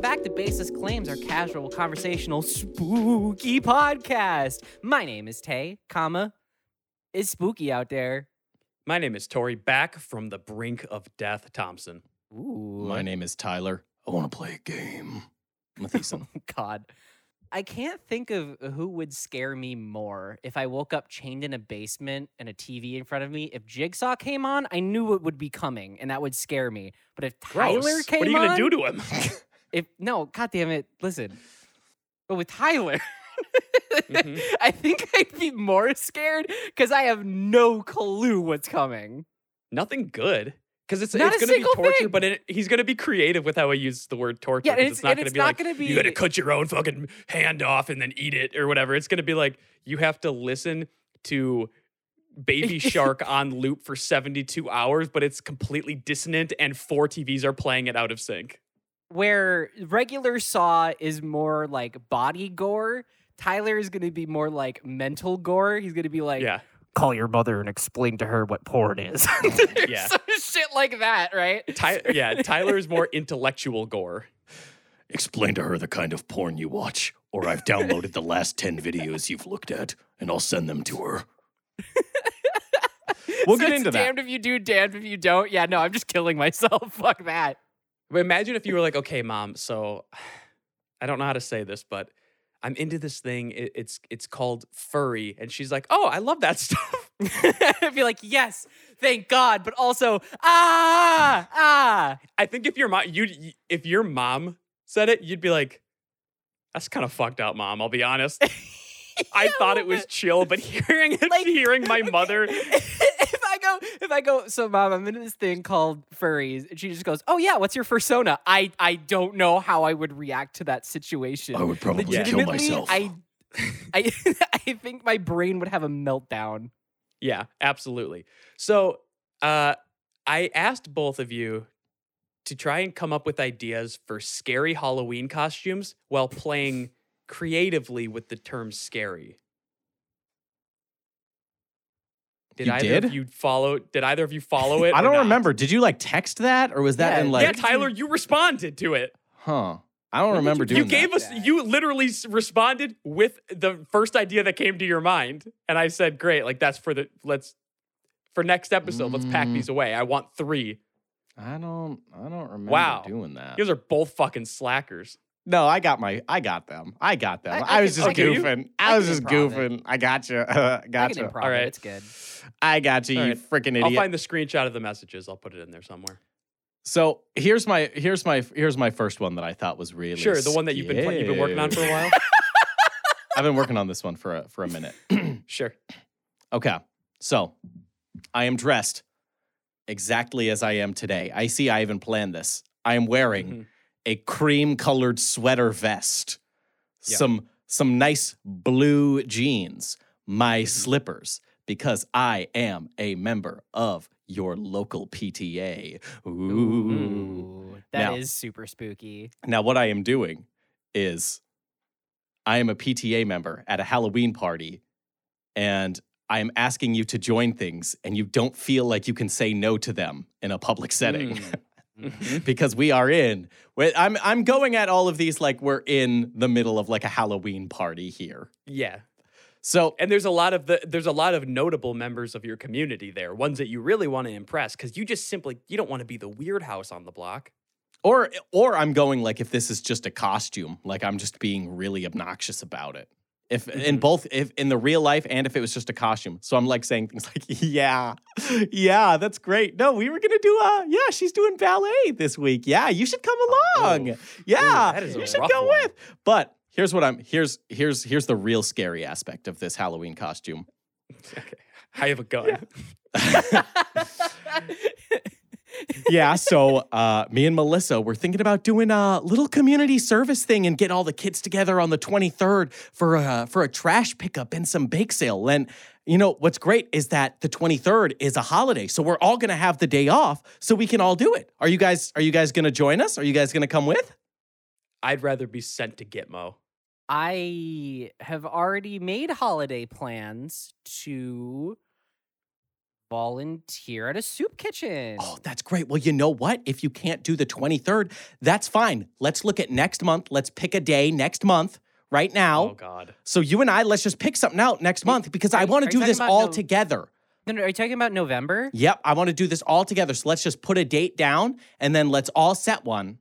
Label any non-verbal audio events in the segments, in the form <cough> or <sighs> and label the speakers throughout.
Speaker 1: back to Basis Claims, our casual conversational spooky podcast. My name is Tay, comma, it's spooky out there.
Speaker 2: My name is Tori, back from the brink of death, Thompson.
Speaker 1: Ooh. <laughs>
Speaker 3: My name is Tyler. I want to play a game. Matheson.
Speaker 1: God. I can't think of who would scare me more if I woke up chained in a basement and a TV in front of me. If Jigsaw came on, I knew it would be coming and that would scare me. But if Tyler
Speaker 2: Gross.
Speaker 1: came
Speaker 2: What are you
Speaker 1: on,
Speaker 2: gonna do to him? <laughs>
Speaker 1: if no, god damn it, listen. But with Tyler,
Speaker 3: Mm-hmm.
Speaker 2: Mhm.
Speaker 1: <laughs> I think I'd be more scared because I have no clue what's coming.
Speaker 2: Nothing good. Because it's,
Speaker 1: Not
Speaker 2: it's
Speaker 1: a
Speaker 2: going to be
Speaker 1: single
Speaker 2: torture,
Speaker 1: thing.
Speaker 2: but it, he's going to be creative with how he uses the word torture.
Speaker 1: Yeah, and
Speaker 2: 'cause
Speaker 1: it's,
Speaker 2: not
Speaker 1: and
Speaker 2: going to
Speaker 1: it's
Speaker 2: be
Speaker 1: not
Speaker 2: like,
Speaker 1: gonna be
Speaker 2: you got to cut your own fucking hand off and then eat it or whatever. It's going to be like, you have to listen to
Speaker 1: <laughs>
Speaker 2: Baby Shark on loop for 72 hours, but it's completely dissonant and four TVs are playing it out of sync.
Speaker 1: where regular Saw is more like body gore. Tyler is going to be more like mental gore. He's going to be like, <laughs>
Speaker 2: yeah.
Speaker 1: call your mother and explain to her what porn is. <laughs>
Speaker 2: Yeah.
Speaker 1: Some shit like that, right? <laughs>
Speaker 2: Ty- yeah. Tyler is more intellectual gore.
Speaker 3: <laughs> Explain to her the kind of porn you watch, or I've downloaded the last 10 videos you've looked at, and I'll send them to her. We'll
Speaker 1: So
Speaker 3: get
Speaker 1: it's
Speaker 3: into that.
Speaker 1: Damned if you do, damned if you don't. Yeah, no, I'm just killing myself. <laughs> Fuck that.
Speaker 2: But imagine if you were like, okay, mom, so <sighs> I don't know how to say this, but I'm into this thing. It, it's it's called furry, and she's like, oh, I love that <laughs> stuff.
Speaker 1: I'd <laughs> be like, yes, thank God, but also, ah, ah.
Speaker 2: I think if your mom, you if your mom said it, you'd be like, that's kind of fucked up, mom. I'll
Speaker 1: <laughs>
Speaker 2: be honest. <laughs> I
Speaker 1: Yeah, a
Speaker 2: thought it
Speaker 1: little
Speaker 2: was
Speaker 1: bit.
Speaker 2: chill, but <laughs> hearing it,
Speaker 1: Like,
Speaker 2: hearing my mother,
Speaker 1: <laughs> if I go, if I go, so mom, I'm into this thing called furries, and she just goes, "Oh yeah, what's your fursona?" I I don't know how I would react to that situation.
Speaker 3: Oh, I would probably
Speaker 2: kill
Speaker 3: kill
Speaker 1: Legitimately,
Speaker 3: myself.
Speaker 1: I, I, <laughs> I think my brain would have a meltdown.
Speaker 2: yeah, absolutely. So, uh, I asked both of you to try and come up with ideas for scary Halloween costumes while playing creatively with the term scary. Did
Speaker 3: You
Speaker 2: either
Speaker 3: did?
Speaker 2: of you follow? Did either of you
Speaker 3: <laughs>
Speaker 2: follow it?
Speaker 3: I
Speaker 2: or
Speaker 3: don't
Speaker 2: not?
Speaker 3: remember. Did you like text that, or was that
Speaker 1: Yeah,
Speaker 3: in
Speaker 2: yeah,
Speaker 3: like,
Speaker 2: Tyler, you responded to it.
Speaker 3: huh? I don't remember
Speaker 1: you-
Speaker 3: doing
Speaker 2: You
Speaker 3: that.
Speaker 2: gave us.
Speaker 1: Yeah.
Speaker 2: You literally s- responded with the first idea that came to your mind, and I said, "Great, like that's for the let's for next episode. Let's pack
Speaker 3: Mm.
Speaker 2: these away. I want three.
Speaker 3: I don't. I don't remember
Speaker 2: Wow.
Speaker 3: doing that.
Speaker 2: You guys are both fucking slackers.
Speaker 3: No, I got my. I got them. I got them.
Speaker 1: I-
Speaker 3: I,
Speaker 1: I
Speaker 3: was
Speaker 1: can-
Speaker 3: just
Speaker 2: okay, you-
Speaker 3: goofing.
Speaker 1: I
Speaker 3: I, was
Speaker 1: can
Speaker 3: just
Speaker 1: improv it.
Speaker 3: goofing. I got <laughs> you. Uh,
Speaker 1: I
Speaker 3: got
Speaker 1: can
Speaker 3: you.
Speaker 1: improv
Speaker 2: All
Speaker 1: it.
Speaker 2: right.
Speaker 1: It's good.
Speaker 3: I got you.
Speaker 2: All
Speaker 3: You
Speaker 2: right.
Speaker 3: freaking
Speaker 2: I'll
Speaker 3: idiot.
Speaker 2: find the screenshot of the messages. I'll put it in there somewhere.
Speaker 3: So here's my here's my here's my first one that I thought was really
Speaker 2: sure, the one that you've been pla- you've been working on for a
Speaker 3: scary.
Speaker 2: while.
Speaker 3: I've been working on this one for a, for a minute.
Speaker 2: <laughs> sure.
Speaker 3: Okay, so I am dressed exactly as I am today. I see. I even planned this. I am wearing
Speaker 2: Mhm.
Speaker 3: a cream colored sweater vest,
Speaker 2: Yeah.
Speaker 3: some some nice blue jeans, my
Speaker 2: Mm-hmm.
Speaker 3: slippers, because I am a member of your local PTA. Ooh.
Speaker 1: that is
Speaker 3: Now-
Speaker 1: super
Speaker 3: <laughs>
Speaker 1: spooky. <laughs>
Speaker 3: Now, what I am doing is I am a PTA member at a Halloween party and I am asking you to join things and you don't feel like you can say no to them in a public setting
Speaker 2: Mm.
Speaker 3: <laughs>
Speaker 2: Mhm.
Speaker 3: because we are in wait, I'm I'm going at all of these like we're in the middle of like a Halloween party here.
Speaker 2: yeah,
Speaker 3: So
Speaker 2: and there's a lot of the there's a lot of notable members of your community there. Ones that you really want to impress because you just simply you don't want to be the weird house on the block.
Speaker 3: or or I'm going like if this is just a costume, like I'm just being really obnoxious about it. If in
Speaker 2: Mhm.
Speaker 3: both if in the real life and if it was just a costume. So I'm like saying things <laughs> like, "Yeah. Yeah, that's great. No, we were going to do uh yeah, she's doing ballet this week. Yeah, you should come along.
Speaker 2: Oh, Ooh,
Speaker 3: yeah.
Speaker 2: that is a
Speaker 3: you should
Speaker 2: rough
Speaker 3: go
Speaker 2: one.
Speaker 3: with." But here's what I'm here's here's here's the real scary aspect of this Halloween costume.
Speaker 2: Okay. I have a gun.
Speaker 3: Yeah. yeah, so uh, me and Melissa were thinking about doing a little community service thing and get all the kids together on the 23rd for a, for a trash pickup and some bake sale. And you know what's great is that the 23rd is a holiday, so we're all gonna have the day off, so we can all do it. Are you guys? Are you guys gonna join us? Are you guys gonna come with?
Speaker 2: I'd rather be sent to Gitmo.
Speaker 1: I have already made holiday plans to volunteer at a soup kitchen.
Speaker 3: Oh, that's great. Well, you know what? If you can't do the 23rd, that's fine. Let's look at next month. Let's pick a day next month, right now.
Speaker 2: Oh God.
Speaker 3: So you and I, let's just pick something out next month because I
Speaker 1: you-
Speaker 3: want
Speaker 1: are
Speaker 3: to
Speaker 1: you
Speaker 3: do
Speaker 1: talking
Speaker 3: this
Speaker 1: about
Speaker 3: all
Speaker 1: no-
Speaker 3: together.
Speaker 1: No, no, are you talking about November?
Speaker 3: Yep, I want to do this all together. So let's just put a date down and then let's all set one.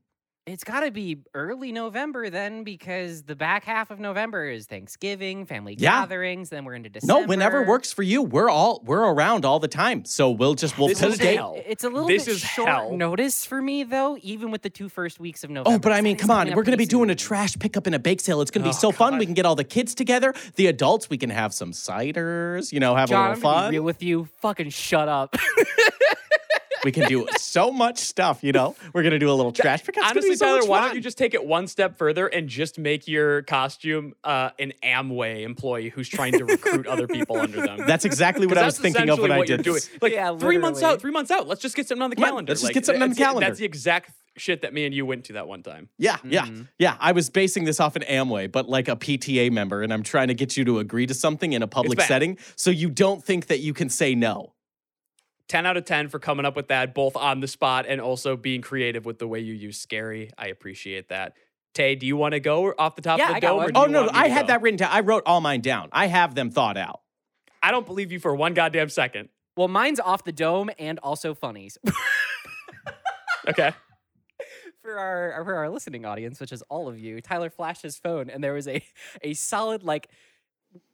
Speaker 1: It's got to be early November then, because the back half of November is Thanksgiving, family
Speaker 3: Yeah.
Speaker 1: gatherings. Then we're into December.
Speaker 3: No, whenever works for you. We're all we're around all the time. So we'll just we'll
Speaker 2: This
Speaker 3: put
Speaker 2: is
Speaker 3: a date.
Speaker 2: hell.
Speaker 1: It's a little
Speaker 2: This
Speaker 1: bit
Speaker 2: is
Speaker 1: short
Speaker 2: hell.
Speaker 1: notice for me though, even with the two first weeks of November.
Speaker 3: Oh, but I
Speaker 1: It's
Speaker 3: mean,
Speaker 1: not- it's
Speaker 3: come on.
Speaker 1: coming up
Speaker 3: We're going to be
Speaker 1: pretty
Speaker 3: doing a
Speaker 1: soon.
Speaker 3: trash pickup and a bake sale. It's going to
Speaker 2: Oh,
Speaker 3: be so fun.
Speaker 2: God.
Speaker 3: We can get all the kids together. The adults, we can have some ciders, you know, have
Speaker 1: John,
Speaker 3: a
Speaker 1: I'm
Speaker 3: little
Speaker 1: gonna
Speaker 3: fun.
Speaker 1: be real with you. Fucking shut up. <laughs>
Speaker 3: we can
Speaker 2: <laughs>
Speaker 3: do so much stuff, you know. We're going to do a little trash pickup. It's gonna be
Speaker 2: Honestly,
Speaker 3: so
Speaker 2: Tyler,
Speaker 3: much
Speaker 2: why
Speaker 3: fun.
Speaker 2: don't you just take it one step further and just make your costume uh, an Amway employee who's trying to recruit other people under them?
Speaker 3: <laughs> That's
Speaker 2: <laughs>
Speaker 3: exactly
Speaker 2: 'Cause
Speaker 3: what I was
Speaker 2: that's
Speaker 3: thinking of
Speaker 2: essentially
Speaker 3: when I
Speaker 2: what you're
Speaker 3: did
Speaker 2: doing.
Speaker 3: this.
Speaker 2: Like
Speaker 1: Yeah,
Speaker 2: three months
Speaker 1: literally.
Speaker 2: out, three months out. Let's just get something on the
Speaker 3: Come on,
Speaker 2: calendar.
Speaker 3: let's just
Speaker 2: Like,
Speaker 3: get something on the
Speaker 2: that's-
Speaker 3: calendar.
Speaker 2: That's the exact shit that me and you went to that one time.
Speaker 3: Yeah, yeah,
Speaker 1: Mhm.
Speaker 3: yeah. I was basing this off an Amway, but like a PTA member, and I'm trying to get you to agree to something in a public
Speaker 2: bad.
Speaker 3: setting so you don't think that you can say no.
Speaker 2: 10 out of 10 for coming up with that, both on the spot and also being creative with the way you use scary. I appreciate that. Tay, do you want to go off the top
Speaker 1: Yeah,
Speaker 2: of the
Speaker 1: I got
Speaker 2: dome?
Speaker 1: one.
Speaker 2: or do
Speaker 3: Oh
Speaker 2: you
Speaker 3: no,
Speaker 2: want me
Speaker 3: I
Speaker 2: to
Speaker 3: had
Speaker 2: go?
Speaker 3: that written down. I wrote all mine down. I have them thought out.
Speaker 2: I don't believe you for one goddamn second.
Speaker 1: well, mine's off the dome and also funnies
Speaker 2: Okay.
Speaker 1: for our for our listening audience, which is all of you. Tyler flashed his phone, and there was a a solid like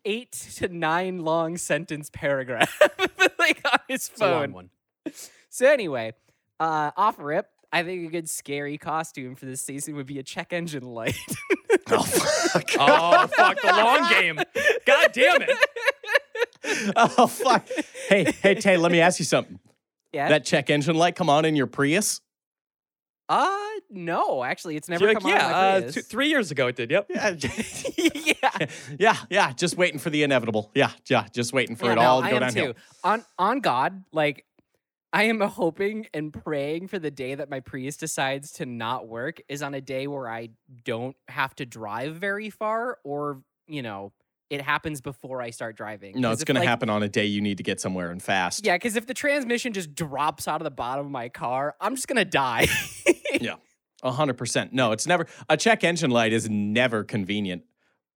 Speaker 1: eight to nine long sentence paragraph <laughs> like on his
Speaker 2: It's a long
Speaker 1: phone.
Speaker 2: one.
Speaker 1: So anyway, uh, off rip. I think a good scary costume for this season would be a check engine light.
Speaker 3: Oh fuck.
Speaker 2: <laughs> Oh, fuck. The long game. God damn it.
Speaker 3: <laughs> oh fuck. Hey, hey, Tay, let me ask you something.
Speaker 1: <laughs> yeah.
Speaker 3: That check engine light come on in your Prius?
Speaker 1: uh no, actually, it's never
Speaker 2: You're
Speaker 1: come
Speaker 2: like, yeah,
Speaker 1: on.
Speaker 2: uh,
Speaker 1: my
Speaker 2: two, three years ago it did. Yep. <laughs>
Speaker 3: Yeah,
Speaker 1: Prius. <laughs> yeah.
Speaker 3: <laughs> yeah, yeah. Just waiting for the inevitable. Yeah, yeah. Just waiting for
Speaker 1: Yeah,
Speaker 3: it
Speaker 1: no,
Speaker 3: all to
Speaker 1: I
Speaker 3: go
Speaker 1: am
Speaker 3: downhill.
Speaker 1: Too. On on God, like I am <laughs> hoping and praying for the day that my Prius decides to not work is on a day where I don't have to drive very far, or you know, it happens before I start driving.
Speaker 3: No,
Speaker 1: 'Cause
Speaker 3: it's
Speaker 1: if,
Speaker 3: gonna
Speaker 1: like,
Speaker 3: happen on a day you need to get somewhere and fast.
Speaker 1: Yeah, because if the transmission just drops out of the bottom of my car, I'm just gonna die. <laughs>
Speaker 3: A hundred percent. No, it's never a check engine light is never convenient.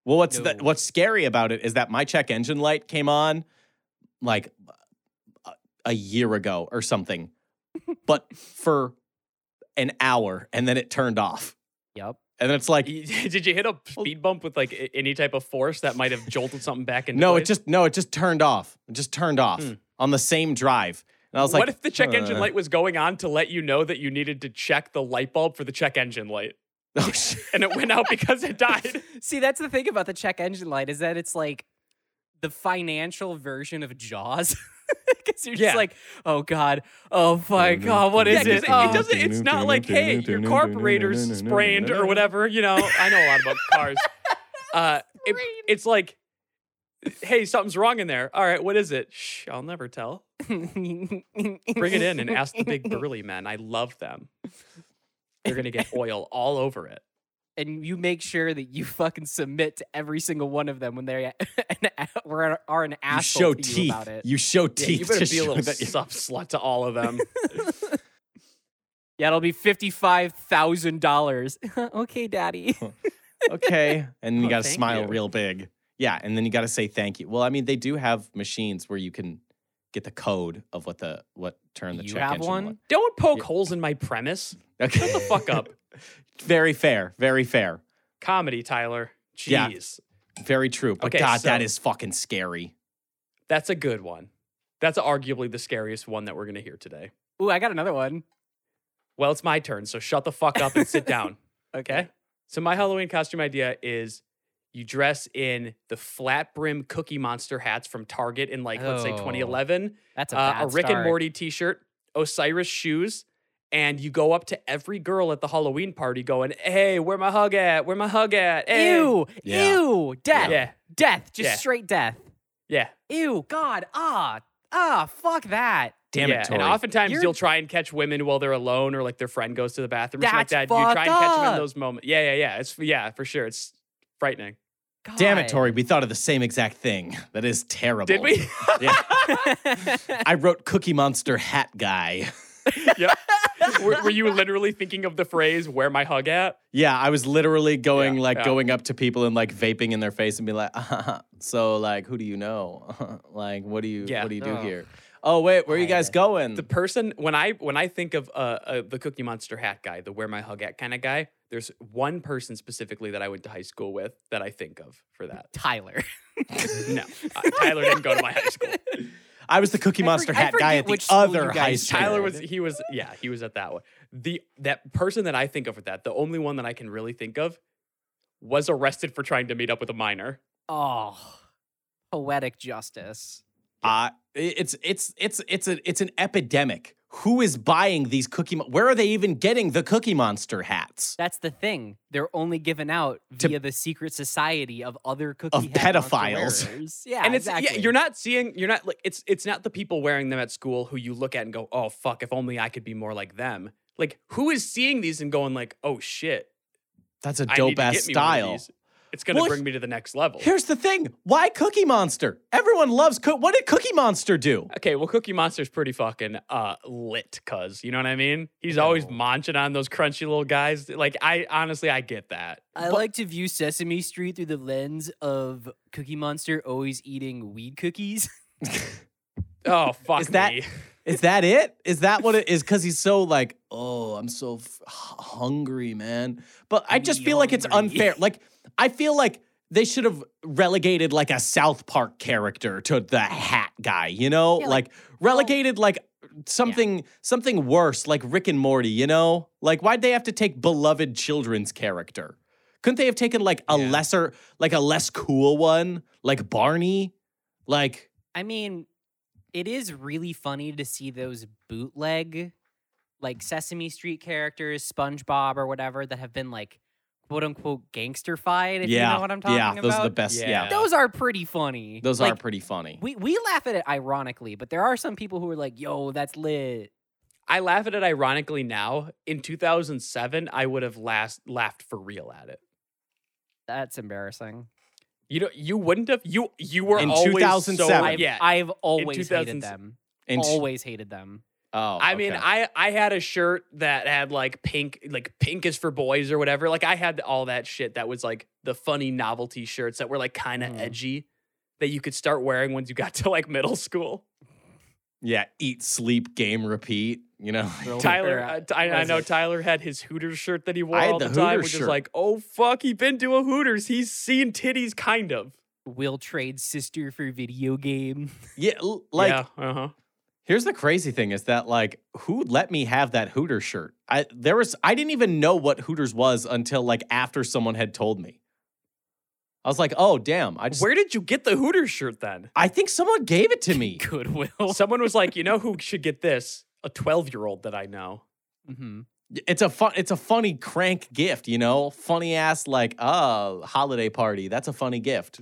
Speaker 3: Well, what's the,
Speaker 1: No.
Speaker 3: what's scary about it is that my check engine light came on like a, a year ago or something, but for an hour and then it turned off.
Speaker 1: yep.
Speaker 3: And it's like,
Speaker 2: Did you hit a speed bump with like a- any type of force that might have jolted something back into
Speaker 3: <laughs> no, it
Speaker 2: place?
Speaker 3: just no, it just turned off. It just turned off
Speaker 2: Hmm.
Speaker 3: on the same drive. And I was like,
Speaker 2: what if the check engine
Speaker 3: "Uh."
Speaker 2: light was going on to let you know that you needed to check the light bulb for the check engine light?
Speaker 3: <laughs> Oh, shit.
Speaker 2: And it went out because it died.
Speaker 1: <laughs> See, that's the thing about the check engine light is that it's like the financial version of Jaws. <laughs> Because you're
Speaker 2: Yeah.
Speaker 1: just like, oh god, oh my god, what is
Speaker 2: Yeah, 'cause
Speaker 1: it?
Speaker 2: it,
Speaker 1: Oh. <laughs>
Speaker 2: it doesn't. It's not like, hey, your carburetor's sprained or whatever. You know, I know a lot about <laughs> cars. Uh, it-
Speaker 1: Sprained.
Speaker 2: it's like, hey, something's wrong in there. All right, what is it? Shh, I'll never tell. Bring it in and ask the <laughs> big burly men. I love them. You're gonna <laughs> get oil all over it.
Speaker 1: and you make sure that you fucking submit to every single one of them when they're an, a- <laughs> were- are an
Speaker 3: You
Speaker 1: asshole
Speaker 3: show
Speaker 1: to
Speaker 3: teeth.
Speaker 1: you about it.
Speaker 3: You show
Speaker 2: Yeah,
Speaker 3: teeth.
Speaker 2: you better
Speaker 3: to
Speaker 2: be a
Speaker 3: show
Speaker 2: little
Speaker 3: that you-
Speaker 2: soft slut to all of them.
Speaker 1: Yeah, it'll be fifty-five thousand dollars. <laughs> okay, daddy.
Speaker 3: okay. <laughs> And you
Speaker 2: Oh,
Speaker 3: got to
Speaker 2: thank
Speaker 3: smile
Speaker 2: you.
Speaker 3: real big. Yeah. And then you got to say thank you. Well, I mean, they do have machines where you can get the code of what the what turn the
Speaker 1: You
Speaker 3: check
Speaker 1: have
Speaker 3: engine
Speaker 1: one?
Speaker 3: light-
Speaker 2: <laughs> Don't poke holes in my premise.
Speaker 3: <laughs> Okay.
Speaker 2: Shut the fuck <laughs> up.
Speaker 3: <laughs> Very fair. Very fair.
Speaker 2: Comedy, Tyler. Jeez,
Speaker 3: Yeah. Very true. But
Speaker 2: Okay,
Speaker 3: God, that
Speaker 2: so-
Speaker 3: is fucking scary.
Speaker 2: that's a good one. That's arguably the scariest one that we're gonna hear today.
Speaker 1: Ooh, I got another one.
Speaker 2: Well, it's my turn, so shut the fuck up and
Speaker 1: <laughs>
Speaker 2: sit down.
Speaker 1: Okay.
Speaker 2: So my Halloween costume idea is you dress in the flat brim cookie monster hats from Target in like let's say
Speaker 1: Oh,
Speaker 2: 2011,
Speaker 1: That's a,
Speaker 2: uh, a
Speaker 1: bad
Speaker 2: Rick and
Speaker 1: start.
Speaker 2: Morty t-shirt, Osiris shoes, and you go up to every girl at the Halloween party going, "Hey, where my hug at? Where my hug at?" Hey.
Speaker 1: Ew,
Speaker 3: Yeah.
Speaker 1: ew, death,
Speaker 2: Yeah.
Speaker 1: death, just
Speaker 2: Yeah.
Speaker 1: straight death.
Speaker 2: Yeah.
Speaker 1: Ew, God, ah, ah, fuck that.
Speaker 3: Damn
Speaker 2: yeah.
Speaker 3: it, Tori.
Speaker 2: And oftentimes
Speaker 1: You're-
Speaker 2: you'll try and catch women while they're alone or like their friend goes to the bathroom or something like
Speaker 1: That's
Speaker 2: that. You try and
Speaker 1: fucked
Speaker 2: catch them in
Speaker 1: up.
Speaker 2: those moments. Yeah, yeah, yeah. It's yeah, for sure. It's frightening.
Speaker 1: God.
Speaker 3: Damn it, Tori, we thought of the same exact thing. That is terrible.
Speaker 2: Did we?
Speaker 3: yeah. I wrote Cookie Monster Hat Guy.
Speaker 2: yep. <laughs> Were, were you literally thinking of the phrase "where my hug at"?
Speaker 3: Yeah, I was literally going
Speaker 2: Yeah,
Speaker 3: like
Speaker 2: yeah.
Speaker 3: going up to people and like vaping in their face and be like, <laughs> so like, who do you know? <laughs> like, what do you
Speaker 2: Yeah.
Speaker 3: what do you do
Speaker 1: Oh.
Speaker 3: here? Oh wait, where are you guys
Speaker 1: I-
Speaker 3: going?
Speaker 2: The person when I when I think of uh, uh the Cookie Monster hat guy, the "where my hug at" kind of guy, there's one person specifically that I went to high school with that I think of for that.
Speaker 1: Tyler.
Speaker 2: No, uh, Tyler didn't go to my high school.
Speaker 3: I was the
Speaker 1: I
Speaker 3: Cookie
Speaker 1: for-
Speaker 3: Monster
Speaker 1: I
Speaker 3: Hat guy
Speaker 1: forget
Speaker 3: at the
Speaker 1: which school
Speaker 3: other
Speaker 1: you
Speaker 3: high
Speaker 1: guys
Speaker 3: school.
Speaker 1: went
Speaker 2: Tyler
Speaker 1: Sure.
Speaker 2: was he was yeah he was at that one. The that person that I think of with that, the only one that I can really think of, was arrested for trying to meet up with a minor.
Speaker 1: <laughs> Oh, poetic justice.
Speaker 3: Uh, it's it's it's it's a it's an epidemic. Who is buying these cookie? Mon- Where are they even getting the Cookie Monster hats
Speaker 1: That's the thing. They're only given out
Speaker 3: To-
Speaker 1: via the secret society of other cookie
Speaker 3: Of
Speaker 1: hat monster
Speaker 3: pedophiles.
Speaker 1: wearers. <laughs> Yeah,
Speaker 2: and it's
Speaker 1: exactly.
Speaker 2: yeah, you're not seeing you're not like it's it's not the people wearing them at school who you look at and go, "Oh fuck, if only I could be more like them." Like who is seeing these and going like, "Oh shit,
Speaker 3: That's a
Speaker 2: I need
Speaker 3: dope
Speaker 2: to
Speaker 3: ass
Speaker 2: get me one of
Speaker 3: style.
Speaker 2: these. It's going to
Speaker 3: Well,
Speaker 2: bring me to the next level."
Speaker 3: Here's the thing: Why Cookie Monster? Everyone loves Cookie. What did Cookie Monster do?
Speaker 2: Okay, well, Cookie Monster's pretty fucking uh, lit, cuz. You know what I mean? He's always
Speaker 1: No.
Speaker 2: munching on those crunchy little guys. Like, I honestly, I get that.
Speaker 1: I
Speaker 2: But-
Speaker 1: like to view Sesame Street through the lens of Cookie Monster always eating weed cookies.
Speaker 2: Oh, fuck
Speaker 3: <laughs> Is that-
Speaker 2: me.
Speaker 3: Is that it? Is that what it is? Because he's so like, oh, I'm so f- hungry, man. But I
Speaker 1: I'm
Speaker 3: just feel like it's
Speaker 1: hungry.
Speaker 3: unfair. Like, I feel like they should have relegated like a South Park character to the hat guy, you know?
Speaker 1: Yeah,
Speaker 3: like,
Speaker 1: like,
Speaker 3: relegated like something something worse, like Rick and Morty, you know? Like, why'd they have to take beloved children's character? Couldn't they have taken like a
Speaker 2: Yeah.
Speaker 3: lesser, like a less cool one, like Barney? Like,
Speaker 1: I mean, it is really funny to see those bootleg, like Sesame Street characters, SpongeBob or whatever, that have been like quote unquote gangsterfied. If
Speaker 3: yeah,
Speaker 1: you know what I'm talking
Speaker 3: yeah,
Speaker 1: about.
Speaker 3: those are the best.
Speaker 2: Yeah.
Speaker 3: yeah.
Speaker 1: Those are pretty funny.
Speaker 3: Those are
Speaker 1: Like,
Speaker 3: pretty funny.
Speaker 1: We we laugh at it ironically, but there are some people who are like, "Yo, that's lit."
Speaker 2: I laugh at it ironically now. In 2007, I would have last, laughed for real at it.
Speaker 1: That's embarrassing.
Speaker 2: You know, you wouldn't have. You you were
Speaker 3: In
Speaker 2: always
Speaker 3: 2007.
Speaker 2: So,
Speaker 1: I've,
Speaker 2: yeah,
Speaker 1: I've always
Speaker 2: 2000s
Speaker 1: hated them.
Speaker 3: And sh-
Speaker 1: always hated them.
Speaker 3: oh,
Speaker 2: I mean,
Speaker 3: okay.
Speaker 2: I I had a shirt that had like pink, like pink is for boys or whatever. Like I had all that shit that was like the funny novelty shirts that were like kind of
Speaker 1: Mhm.
Speaker 2: edgy that you could start wearing once you got to like middle school.
Speaker 3: yeah, eat, sleep, game, repeat.
Speaker 2: <laughs>
Speaker 3: You know,
Speaker 1: Throw
Speaker 2: Tyler,
Speaker 1: her
Speaker 2: uh,
Speaker 1: out.
Speaker 2: Ty- I,
Speaker 1: What is
Speaker 2: know
Speaker 1: it?
Speaker 2: Tyler had his Hooters shirt that he wore
Speaker 3: I had
Speaker 2: all
Speaker 3: the
Speaker 2: the, time,
Speaker 3: Hooters
Speaker 2: which
Speaker 3: shirt.
Speaker 2: is like, oh fuck, he been to a Hooters. He's seen titties, kind of.
Speaker 1: Will trade sister for video game.
Speaker 3: <laughs> yeah. l- Like,
Speaker 2: yeah, uh-huh.
Speaker 3: here's the crazy thing: is that like, who let me have that Hooters shirt? I there was, I didn't even know what Hooters was until like after someone had told me. I was like, oh damn! I just,
Speaker 2: Where did you get the Hooters shirt then?
Speaker 3: I think someone gave it
Speaker 2: <laughs>
Speaker 3: to
Speaker 1: <laughs>
Speaker 3: me.
Speaker 1: Goodwill.
Speaker 2: Someone was like, you know who should get this? A twelve-year-old that I know.
Speaker 1: hmm
Speaker 3: It's a fun, it's a funny crank gift, you know, funny ass like, uh, holiday party. That's a funny gift.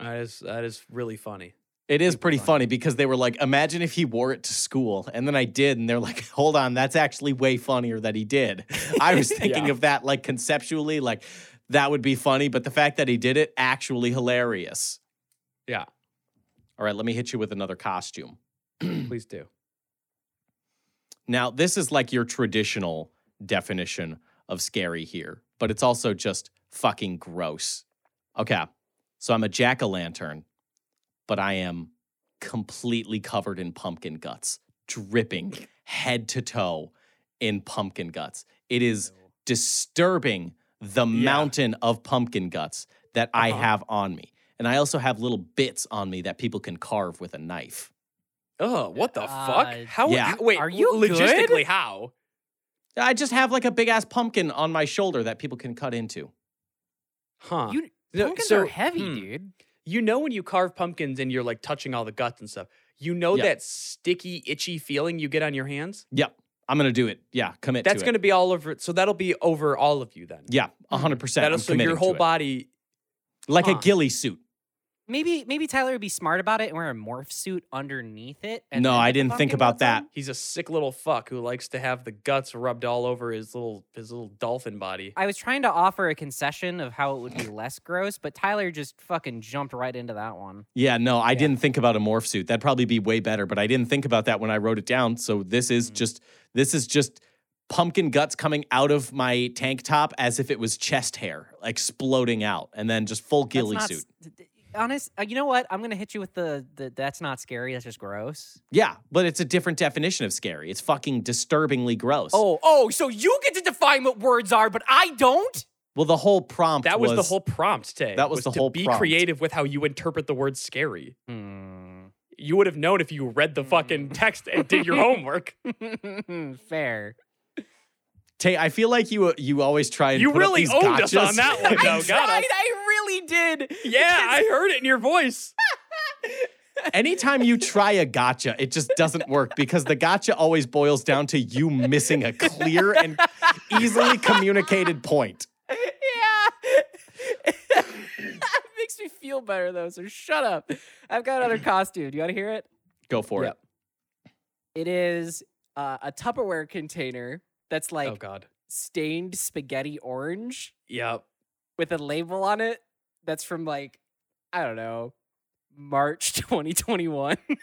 Speaker 2: That is that is really funny.
Speaker 3: It is
Speaker 2: Super
Speaker 3: pretty
Speaker 2: funny.
Speaker 3: funny because they were like, imagine if he wore it to school. And then I did. And they're like, hold on, that's actually way funnier that he did. I was
Speaker 2: <laughs>
Speaker 3: thinking
Speaker 2: Yeah.
Speaker 3: of that like conceptually, like that would be funny. But the fact that he did it, actually hilarious.
Speaker 2: Yeah.
Speaker 3: All right, let me hit you with another costume.
Speaker 2: Please do.
Speaker 3: Now, this is like your traditional definition of scary here, but it's also just fucking gross. Okay. So I'm a jack o' lantern, but I am completely covered in pumpkin guts, dripping head to toe in pumpkin guts. It is disturbing the mountain of pumpkin guts that I
Speaker 2: Uh-huh.
Speaker 3: have on me. And I also have little bits on me that people can carve with a knife.
Speaker 2: Oh, what the
Speaker 1: Uh,
Speaker 2: fuck? How,
Speaker 3: Yeah.
Speaker 2: how- Wait,
Speaker 1: Are you
Speaker 2: logistically
Speaker 1: good?
Speaker 2: how?
Speaker 3: I just have like a big ass pumpkin on my shoulder that people can cut into.
Speaker 2: Huh?
Speaker 1: You
Speaker 2: No,
Speaker 1: pumpkins
Speaker 2: so-
Speaker 1: are heavy,
Speaker 2: hmm.
Speaker 1: dude.
Speaker 2: You know when you carve pumpkins and you're like touching all the guts and stuff. You know
Speaker 3: Yeah.
Speaker 2: that sticky, itchy feeling you get on your hands.
Speaker 3: Yep. I'm going to do it. Yeah. Commit
Speaker 2: That's
Speaker 3: to
Speaker 2: going
Speaker 3: it.
Speaker 2: to be all over. So that'll be over all of you then.
Speaker 1: Mm-hmm.
Speaker 3: Yeah. 100%.
Speaker 2: That'll
Speaker 3: I'm
Speaker 2: so your
Speaker 3: committing
Speaker 2: whole
Speaker 3: to it.
Speaker 2: body.
Speaker 3: Like a
Speaker 2: huh.
Speaker 3: ghillie suit.
Speaker 1: Maybe maybe Tyler would be smart about it and wear a morph suit underneath it. and
Speaker 3: no,
Speaker 1: then
Speaker 3: I
Speaker 1: get the
Speaker 3: didn't think
Speaker 1: pumpkin
Speaker 3: about that.
Speaker 1: guts on?
Speaker 2: He's a sick little fuck who likes to have the guts rubbed all over his little his little dolphin body.
Speaker 1: I was trying to offer a concession of how it would be less gross, but Tyler just fucking jumped right into that one.
Speaker 3: Yeah, no, I
Speaker 1: Yeah.
Speaker 3: didn't think about a morph suit. That'd probably be way better, but I didn't think about that when I wrote it down. So this is
Speaker 1: Mm-hmm.
Speaker 2: Mm.
Speaker 3: just this is just pumpkin guts coming out of my tank top as if it was chest hair, exploding out, and then just full
Speaker 1: That's
Speaker 3: ghillie
Speaker 1: not
Speaker 3: suit.
Speaker 1: s- d- d- Honest, uh, you know what? I'm gonna hit you with the, the that's not scary. That's just gross.
Speaker 3: Yeah, but it's a different definition of scary. It's fucking disturbingly gross.
Speaker 1: Oh, oh, so you get to define what words are, but I don't.
Speaker 3: well, the whole prompt
Speaker 2: That was, the whole prompt, Tay.
Speaker 3: That was the
Speaker 2: to
Speaker 3: whole
Speaker 2: be
Speaker 3: prompt.
Speaker 2: creative with how you interpret the word scary.
Speaker 1: Hmm. <laughs>
Speaker 2: You would have known if you read the
Speaker 1: Mm.
Speaker 2: fucking text and
Speaker 1: <laughs>
Speaker 2: did your homework.
Speaker 1: Fair.
Speaker 3: Tay. I feel like you you always try and
Speaker 2: You
Speaker 3: put up
Speaker 2: really
Speaker 3: these
Speaker 2: owned us
Speaker 3: gotchas.
Speaker 2: on
Speaker 3: <laughs>
Speaker 2: that
Speaker 1: <laughs>
Speaker 2: one, though. Got us.
Speaker 1: I really did. <laughs>
Speaker 2: Yeah, I heard it in your voice.
Speaker 3: Anytime you try a gotcha, it just doesn't work because the gotcha always boils down to you missing a clear and easily communicated point.
Speaker 1: Yeah. It <laughs> makes me feel better though, so shut up. I've got
Speaker 2: <laughs>
Speaker 1: another costume. Do you want to hear it?
Speaker 3: Go for
Speaker 2: Yep.
Speaker 1: It is uh, a Tupperware container that's like
Speaker 2: oh God.
Speaker 1: stained spaghetti orange
Speaker 2: Yep.
Speaker 1: with a label on it that's from like, I don't know, March <laughs> 2021.
Speaker 2: Mm,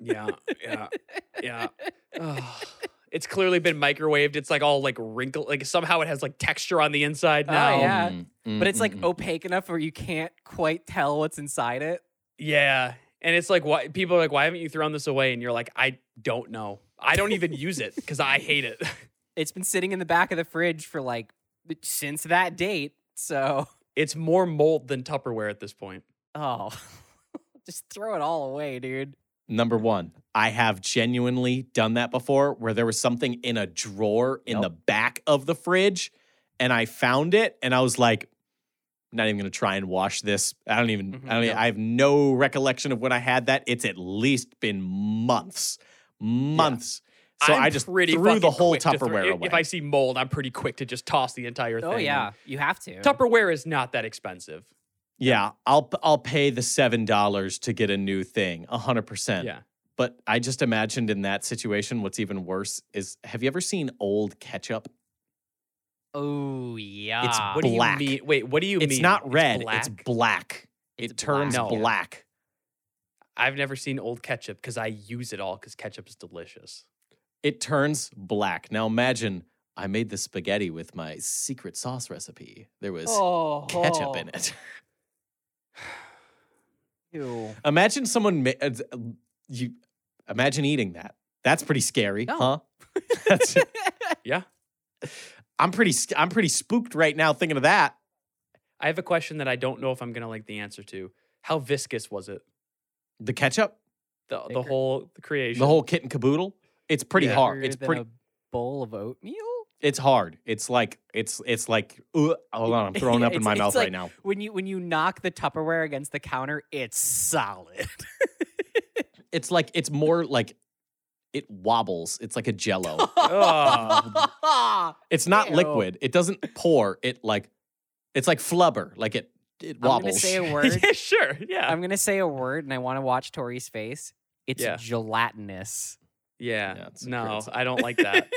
Speaker 2: Yeah. Yeah.
Speaker 1: <laughs>
Speaker 2: Yeah. Ugh. It's clearly been microwaved. It's like all like wrinkled. Like somehow it has like texture on the inside
Speaker 1: Oh,
Speaker 2: now.
Speaker 3: it.
Speaker 1: yeah. but
Speaker 2: mm,
Speaker 1: it's like
Speaker 3: Mm-mm-mm.
Speaker 1: opaque enough where you can't quite tell what's inside it.
Speaker 2: Yeah. And it's like why people are like, why haven't you thrown this away? And you're like, I don't know. I don't even use it because I hate it. <laughs>
Speaker 1: It's been sitting in the back of the fridge for like since that date. So,
Speaker 2: It's more mold than Tupperware at this point.
Speaker 1: oh, <laughs> just throw it all away, dude.
Speaker 3: number one. I have genuinely done that before where there was something in a drawer in the back of the fridge and I found it and I was like, not even gonna try and wash this. I don't even
Speaker 2: Mm-hmm.
Speaker 1: Mhm,
Speaker 3: I don't e,
Speaker 1: no.
Speaker 3: I have no recollection of when I had that. It's at least been months. Months. So
Speaker 2: I'm
Speaker 3: I just
Speaker 2: pretty
Speaker 3: threw the
Speaker 2: fucking
Speaker 3: whole
Speaker 2: quick to throw-
Speaker 3: Tupperware
Speaker 2: if-
Speaker 3: away.
Speaker 2: If I see mold, I'm pretty quick to just toss the entire thing.
Speaker 1: Oh, yeah. You have to.
Speaker 2: Tupperware is not that expensive.
Speaker 3: yeah, I'll I'll pay the seven dollars to get a new thing. hundred percent.
Speaker 2: Yeah.
Speaker 3: But I just imagined in that situation, what's even worse is have you ever seen old ketchup?
Speaker 1: Oh, yeah.
Speaker 2: what
Speaker 3: black.
Speaker 2: do you mean? Wait, what do you mean?
Speaker 3: it's not red, it's black.
Speaker 1: It's
Speaker 3: it turns
Speaker 2: black.
Speaker 3: black.
Speaker 2: No. I've never seen old ketchup because I use it all because ketchup is delicious.
Speaker 3: It turns black. Now imagine I made the spaghetti with my secret sauce recipe. There was
Speaker 1: oh,
Speaker 3: ketchup in it.
Speaker 1: Ew.
Speaker 3: <laughs> imagine someone ma- uh, uh, you imagine eating that. That's pretty scary,
Speaker 1: No.
Speaker 3: huh? <laughs> That's,
Speaker 1: <laughs>
Speaker 2: Yeah.
Speaker 3: I'm pretty sc- I'm pretty spooked right now thinking of that.
Speaker 2: I have a question that I don't know if I'm gonna like the answer to. How viscous was it?
Speaker 3: The ketchup,
Speaker 2: The the
Speaker 1: Thicker.
Speaker 2: whole creation.
Speaker 3: the whole kit and caboodle. It's pretty
Speaker 2: Yeah.
Speaker 3: hard.
Speaker 1: Bigger
Speaker 3: It's
Speaker 1: than
Speaker 3: pretty
Speaker 1: a bowl of oatmeal?
Speaker 3: It's hard. It's like it's it's like ugh,
Speaker 1: <laughs>
Speaker 3: hold on, I'm throwing
Speaker 1: Yeah,
Speaker 3: up in
Speaker 1: it's-
Speaker 3: my
Speaker 1: it's
Speaker 3: mouth
Speaker 1: like-
Speaker 3: right now.
Speaker 1: When you when you knock the Tupperware against the counter, it's solid. <laughs>
Speaker 3: It's like it's more like it wobbles. It's like
Speaker 1: <laughs>
Speaker 3: a jello.
Speaker 2: Oh.
Speaker 3: it's not
Speaker 1: Ew.
Speaker 3: liquid. It doesn't pour. It like it's like flubber. Like it it
Speaker 1: I'm gonna
Speaker 3: wobbles.
Speaker 1: say a
Speaker 3: <laughs>
Speaker 1: word.
Speaker 2: <laughs> yeah, sure. Yeah.
Speaker 1: I'm gonna say a word, and I want to watch Tori's face. It's
Speaker 2: Yeah.
Speaker 1: gelatinous.
Speaker 2: yeah.
Speaker 3: Yeah, it's a
Speaker 2: no,
Speaker 3: crazy-
Speaker 2: I don't like that.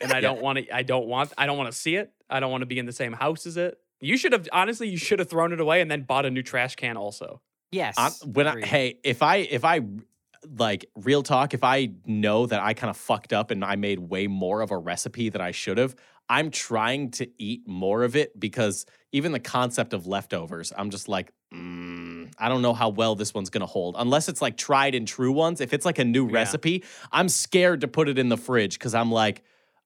Speaker 2: and I
Speaker 3: <laughs> Yeah.
Speaker 2: don't want to. I don't want. I don't want to see it. I don't want to be in the same house as it. You should have honestly. You should have thrown it away and then bought a new trash can. Also,
Speaker 1: yes.
Speaker 3: I'm, when I,
Speaker 1: agreed.
Speaker 3: hey, if I if I like real talk, if I know that I kind of fucked up and I made way more of a recipe that I should have, I'm trying to eat more of it because even the concept of leftovers, I'm just like, mm, I don't know how well this one's gonna hold unless it's like tried and true ones. If it's like a new
Speaker 2: Yeah.
Speaker 3: recipe, I'm scared to put it in the fridge because I'm like,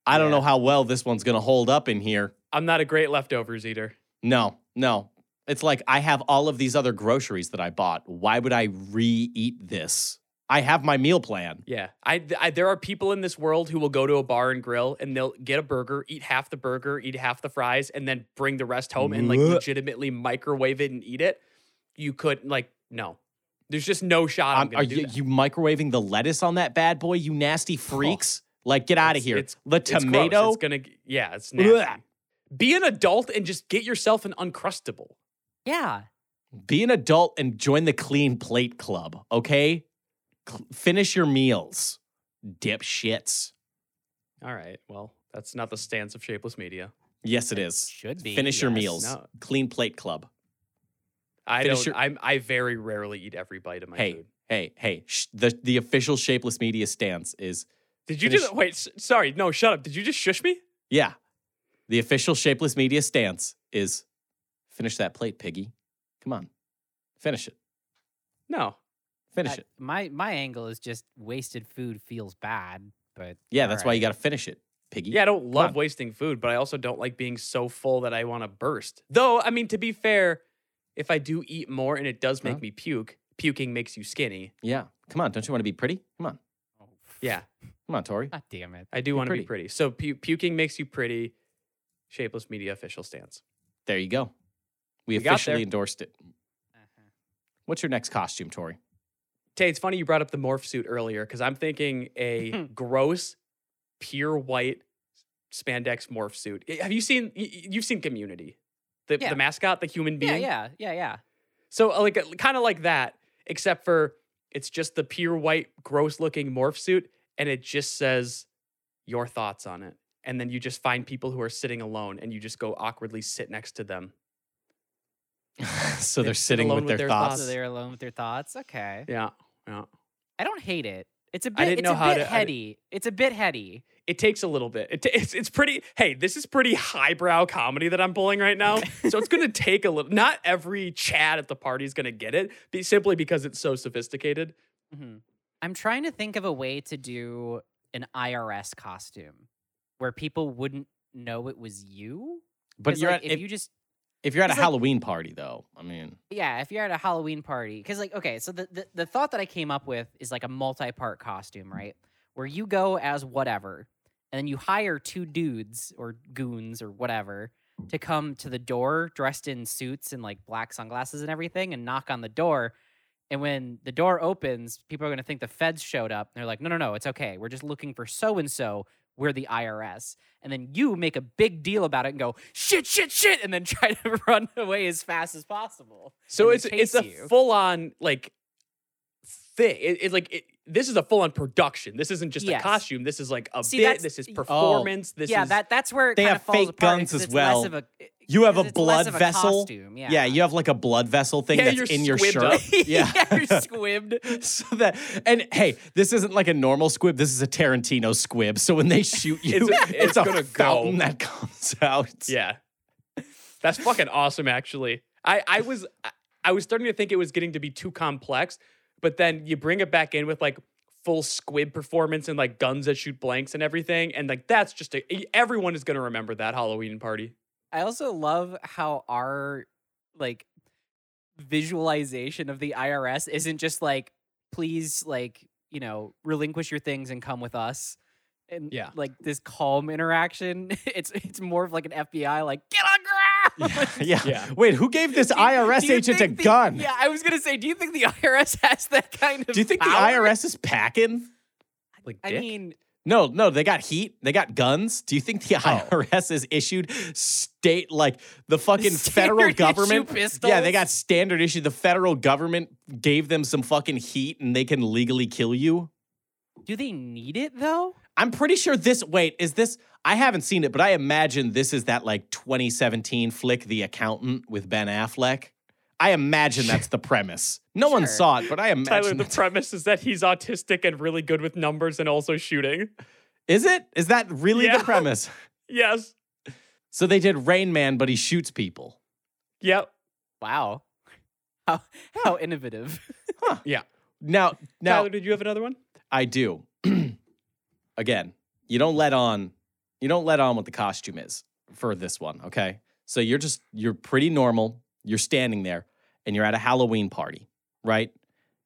Speaker 3: I don't
Speaker 2: Yeah.
Speaker 3: know how well this one's gonna hold up in here.
Speaker 2: I'm not a great leftovers eater.
Speaker 3: No, no. It's like I have all of these other groceries that I bought. Why would I re eat this? I have my meal plan.
Speaker 2: Yeah, I, th- I there are people in this world who will go to a bar and grill and they'll get a burger, eat half the burger, eat half the fries, and then bring the rest home and like
Speaker 3: Blech.
Speaker 2: legitimately microwave it and eat it. You could like no, there's just no shot. I'm,
Speaker 3: Um,
Speaker 2: gonna
Speaker 3: are
Speaker 2: do
Speaker 3: you,
Speaker 2: that. Oh.
Speaker 3: you microwaving the lettuce on that bad boy, you nasty freaks? Like, get out of
Speaker 2: It's-
Speaker 3: here.
Speaker 2: it's-
Speaker 3: the
Speaker 2: It's gross.
Speaker 3: tomato.
Speaker 2: It's gonna g- yeah, it's
Speaker 3: Blech.
Speaker 2: nasty. Be an adult and just get yourself an uncrustable.
Speaker 1: yeah.
Speaker 3: Be an adult and join the clean plate club, okay? Cl- finish your meals, dipshits.
Speaker 2: All right. Well, that's not the stance of Shapeless Media.
Speaker 3: Yes, it is.
Speaker 1: Should be.
Speaker 3: Finish your
Speaker 2: yes,
Speaker 3: meals.
Speaker 2: no.
Speaker 3: Clean plate club.
Speaker 2: I
Speaker 3: Finish
Speaker 2: don't.
Speaker 3: your-
Speaker 2: I'm. I very rarely eat every bite of my
Speaker 3: Hey,
Speaker 2: food.
Speaker 3: hey, hey. Sh- the the official shapeless media stance is
Speaker 2: Did you
Speaker 3: finish-
Speaker 2: just wait? s- Sorry. No. Shut up. Did you just shush me?
Speaker 3: yeah. The official shapeless media stance is finish that plate, piggy. Come on. Finish it.
Speaker 2: No.
Speaker 3: Finish
Speaker 1: I-
Speaker 3: it.
Speaker 1: my my angle is just wasted food feels bad, but
Speaker 3: Yeah, that's why you
Speaker 1: alright.
Speaker 3: got to finish it, piggy.
Speaker 2: Yeah, I don't love
Speaker 3: on.
Speaker 2: wasting food, but I also don't like being so full that I want to burst. Though, I mean, to be fair, if I do eat more and it does make
Speaker 3: Huh?
Speaker 2: me puke, puking makes you skinny.
Speaker 3: Yeah. Come on. Don't you want to be pretty? Come on.
Speaker 1: Oh,
Speaker 2: Yeah,
Speaker 3: Come on, Tori.
Speaker 1: God damn it.
Speaker 2: I do want to be
Speaker 3: pretty.
Speaker 2: pretty. So pu- puking makes you pretty. Shapeless media official stance.
Speaker 3: There you go. We
Speaker 2: We got
Speaker 3: officially
Speaker 2: there.
Speaker 3: endorsed it. What's your next costume, Tori? <laughs>
Speaker 2: Tay, it's funny you brought up the morph suit earlier because I'm thinking a gross, pure white spandex morph suit. Y- Have you seen? y- y- You've seen Community, the
Speaker 1: Yeah.
Speaker 2: the mascot, the human being.
Speaker 1: Yeah, yeah, yeah, yeah.
Speaker 2: So uh, like kind of like that, except for it's just the pure white, gross looking morph suit, and it just says your thoughts on it. And then you just find people who are sitting alone and you just go awkwardly sit next to them.
Speaker 3: so
Speaker 2: They
Speaker 3: they're
Speaker 2: sit
Speaker 3: sitting
Speaker 2: alone
Speaker 3: with their, thoughts.
Speaker 1: So they're alone with their thoughts. Okay.
Speaker 2: Yeah. Yeah.
Speaker 1: I don't hate it. It's a bit
Speaker 2: I didn't
Speaker 1: it's
Speaker 2: know
Speaker 1: a bit
Speaker 2: how to- I di-
Speaker 1: heady. It's a bit heady.
Speaker 2: It takes a little bit. It ta- it's, it's pretty, hey, this is pretty highbrow comedy that I'm pulling
Speaker 1: <laughs>
Speaker 2: right now. so it's going to take a little, not every Chad at the party is going to get it be, simply because it's so sophisticated.
Speaker 1: Mhm. I'm trying to think of a way to do an IRS costume where people wouldn't know it was you.
Speaker 3: but
Speaker 1: 'Cause,
Speaker 3: you're
Speaker 1: like,
Speaker 3: at,
Speaker 1: if
Speaker 3: if,
Speaker 1: you just
Speaker 3: if you're at a
Speaker 1: 'cause, like-
Speaker 3: Halloween party, though, I mean,
Speaker 1: yeah, if you're at a Halloween party, because like okay, so the, the the thought that I came up with is like a multi-part costume, right? Where you go as whatever, and then you hire two dudes or goons or whatever to come to the door dressed in suits and like black sunglasses and everything, and knock on the door. And when the door opens, people are going to think the feds showed up. And they're like, no, no, no, it's okay. We're just looking for so and so. We're the IRS. And then you make a big deal about it and go, shit, shit, shit, and then <laughs> try to run away as fast as possible.
Speaker 2: So
Speaker 1: and
Speaker 2: it's
Speaker 1: they
Speaker 2: it's a
Speaker 1: chase you.
Speaker 2: full on like thing. It, it like it, this is a full on production. This isn't just
Speaker 1: Yes.
Speaker 2: a costume. This is like a
Speaker 1: See,
Speaker 2: bit.
Speaker 1: that's-
Speaker 2: This is
Speaker 1: y- Oh.
Speaker 2: performance. This
Speaker 1: yeah,
Speaker 2: is
Speaker 1: that that's where it
Speaker 3: They
Speaker 1: kinda
Speaker 3: have
Speaker 1: falls
Speaker 3: fake
Speaker 1: apart
Speaker 3: guns
Speaker 1: because
Speaker 3: as
Speaker 1: it's less
Speaker 3: well.
Speaker 1: of a-
Speaker 3: You have a
Speaker 1: because it's less
Speaker 3: blood
Speaker 1: of a
Speaker 3: vessel?
Speaker 1: Costume. Yeah,
Speaker 3: yeah.
Speaker 1: <laughs>
Speaker 3: you <laughs> have like a blood vessel thing
Speaker 2: Yeah,
Speaker 3: that's
Speaker 2: you're
Speaker 3: in your
Speaker 2: squibbed
Speaker 3: shirt.
Speaker 2: up.
Speaker 3: Yeah.
Speaker 1: you're
Speaker 3: <laughs>
Speaker 1: squibbed.
Speaker 3: so that and hey, this isn't like a normal squib. This is a Tarantino squib. So when they
Speaker 1: <laughs>
Speaker 3: shoot you,
Speaker 2: It's-
Speaker 3: it's,
Speaker 2: it's
Speaker 3: a
Speaker 2: gonna go.
Speaker 3: fountain that comes <laughs> out.
Speaker 2: yeah. That's fucking awesome. Actually, I I was I- I was starting to think it was getting to be too complex, but then you bring it back in with like full squib performance and like guns that shoot blanks and everything, and like that's just a e, everyone is gonna remember that Halloween party.
Speaker 1: I also love how our like visualization of the IRS isn't just like, please, like you know, relinquish your things and come with us. And
Speaker 2: Yeah.
Speaker 1: like this calm interaction, <laughs> it's it's more of like an FBI, like get on ground.
Speaker 3: <laughs> yeah.
Speaker 2: Yeah.
Speaker 3: Wait, who gave this
Speaker 1: <laughs> Do you- do
Speaker 3: IRS
Speaker 1: you
Speaker 3: agent a
Speaker 1: think the-
Speaker 3: gun?
Speaker 1: Yeah, I was gonna say, do you think the <laughs> IRS has that kind of?
Speaker 3: Do you think
Speaker 1: power?
Speaker 3: the IRS is packing?
Speaker 2: Like
Speaker 1: I
Speaker 2: dick.
Speaker 1: mean,
Speaker 3: No, no, they got heat. They got guns. Do you think the
Speaker 2: Oh.
Speaker 3: IRS has issued state like
Speaker 1: <laughs>
Speaker 3: the fucking federal
Speaker 1: Standard issue
Speaker 3: government? Yeah,
Speaker 1: pistols?
Speaker 3: they got standard issue. The federal government gave them some fucking heat, and they can legally kill you.
Speaker 1: do they need it though?
Speaker 3: I'm pretty sure this. Wait, is this? I haven't seen it, but I imagine this is that like 2017 flick, The Accountant with Ben Affleck. I imagine that's the premise. No one
Speaker 1: Sure.
Speaker 3: saw it, but I
Speaker 2: Tyler,
Speaker 3: imagine.
Speaker 1: <laughs>
Speaker 2: the
Speaker 3: that's-
Speaker 2: premise is that he's autistic and really good with numbers and also shooting.
Speaker 3: is it? Is that really
Speaker 2: Yeah.
Speaker 3: the premise?
Speaker 2: Yes.
Speaker 3: So they did Rain Man, but he shoots people.
Speaker 2: Yep.
Speaker 3: <laughs>
Speaker 1: Wow, how how innovative!
Speaker 3: Now, now
Speaker 2: Tyler, did you have another one?
Speaker 3: I do. <clears throat> Again, you don't let on you don't let on what the costume is for this one, okay? So you're just you're pretty normal. You're standing there and you're at a Halloween party, right?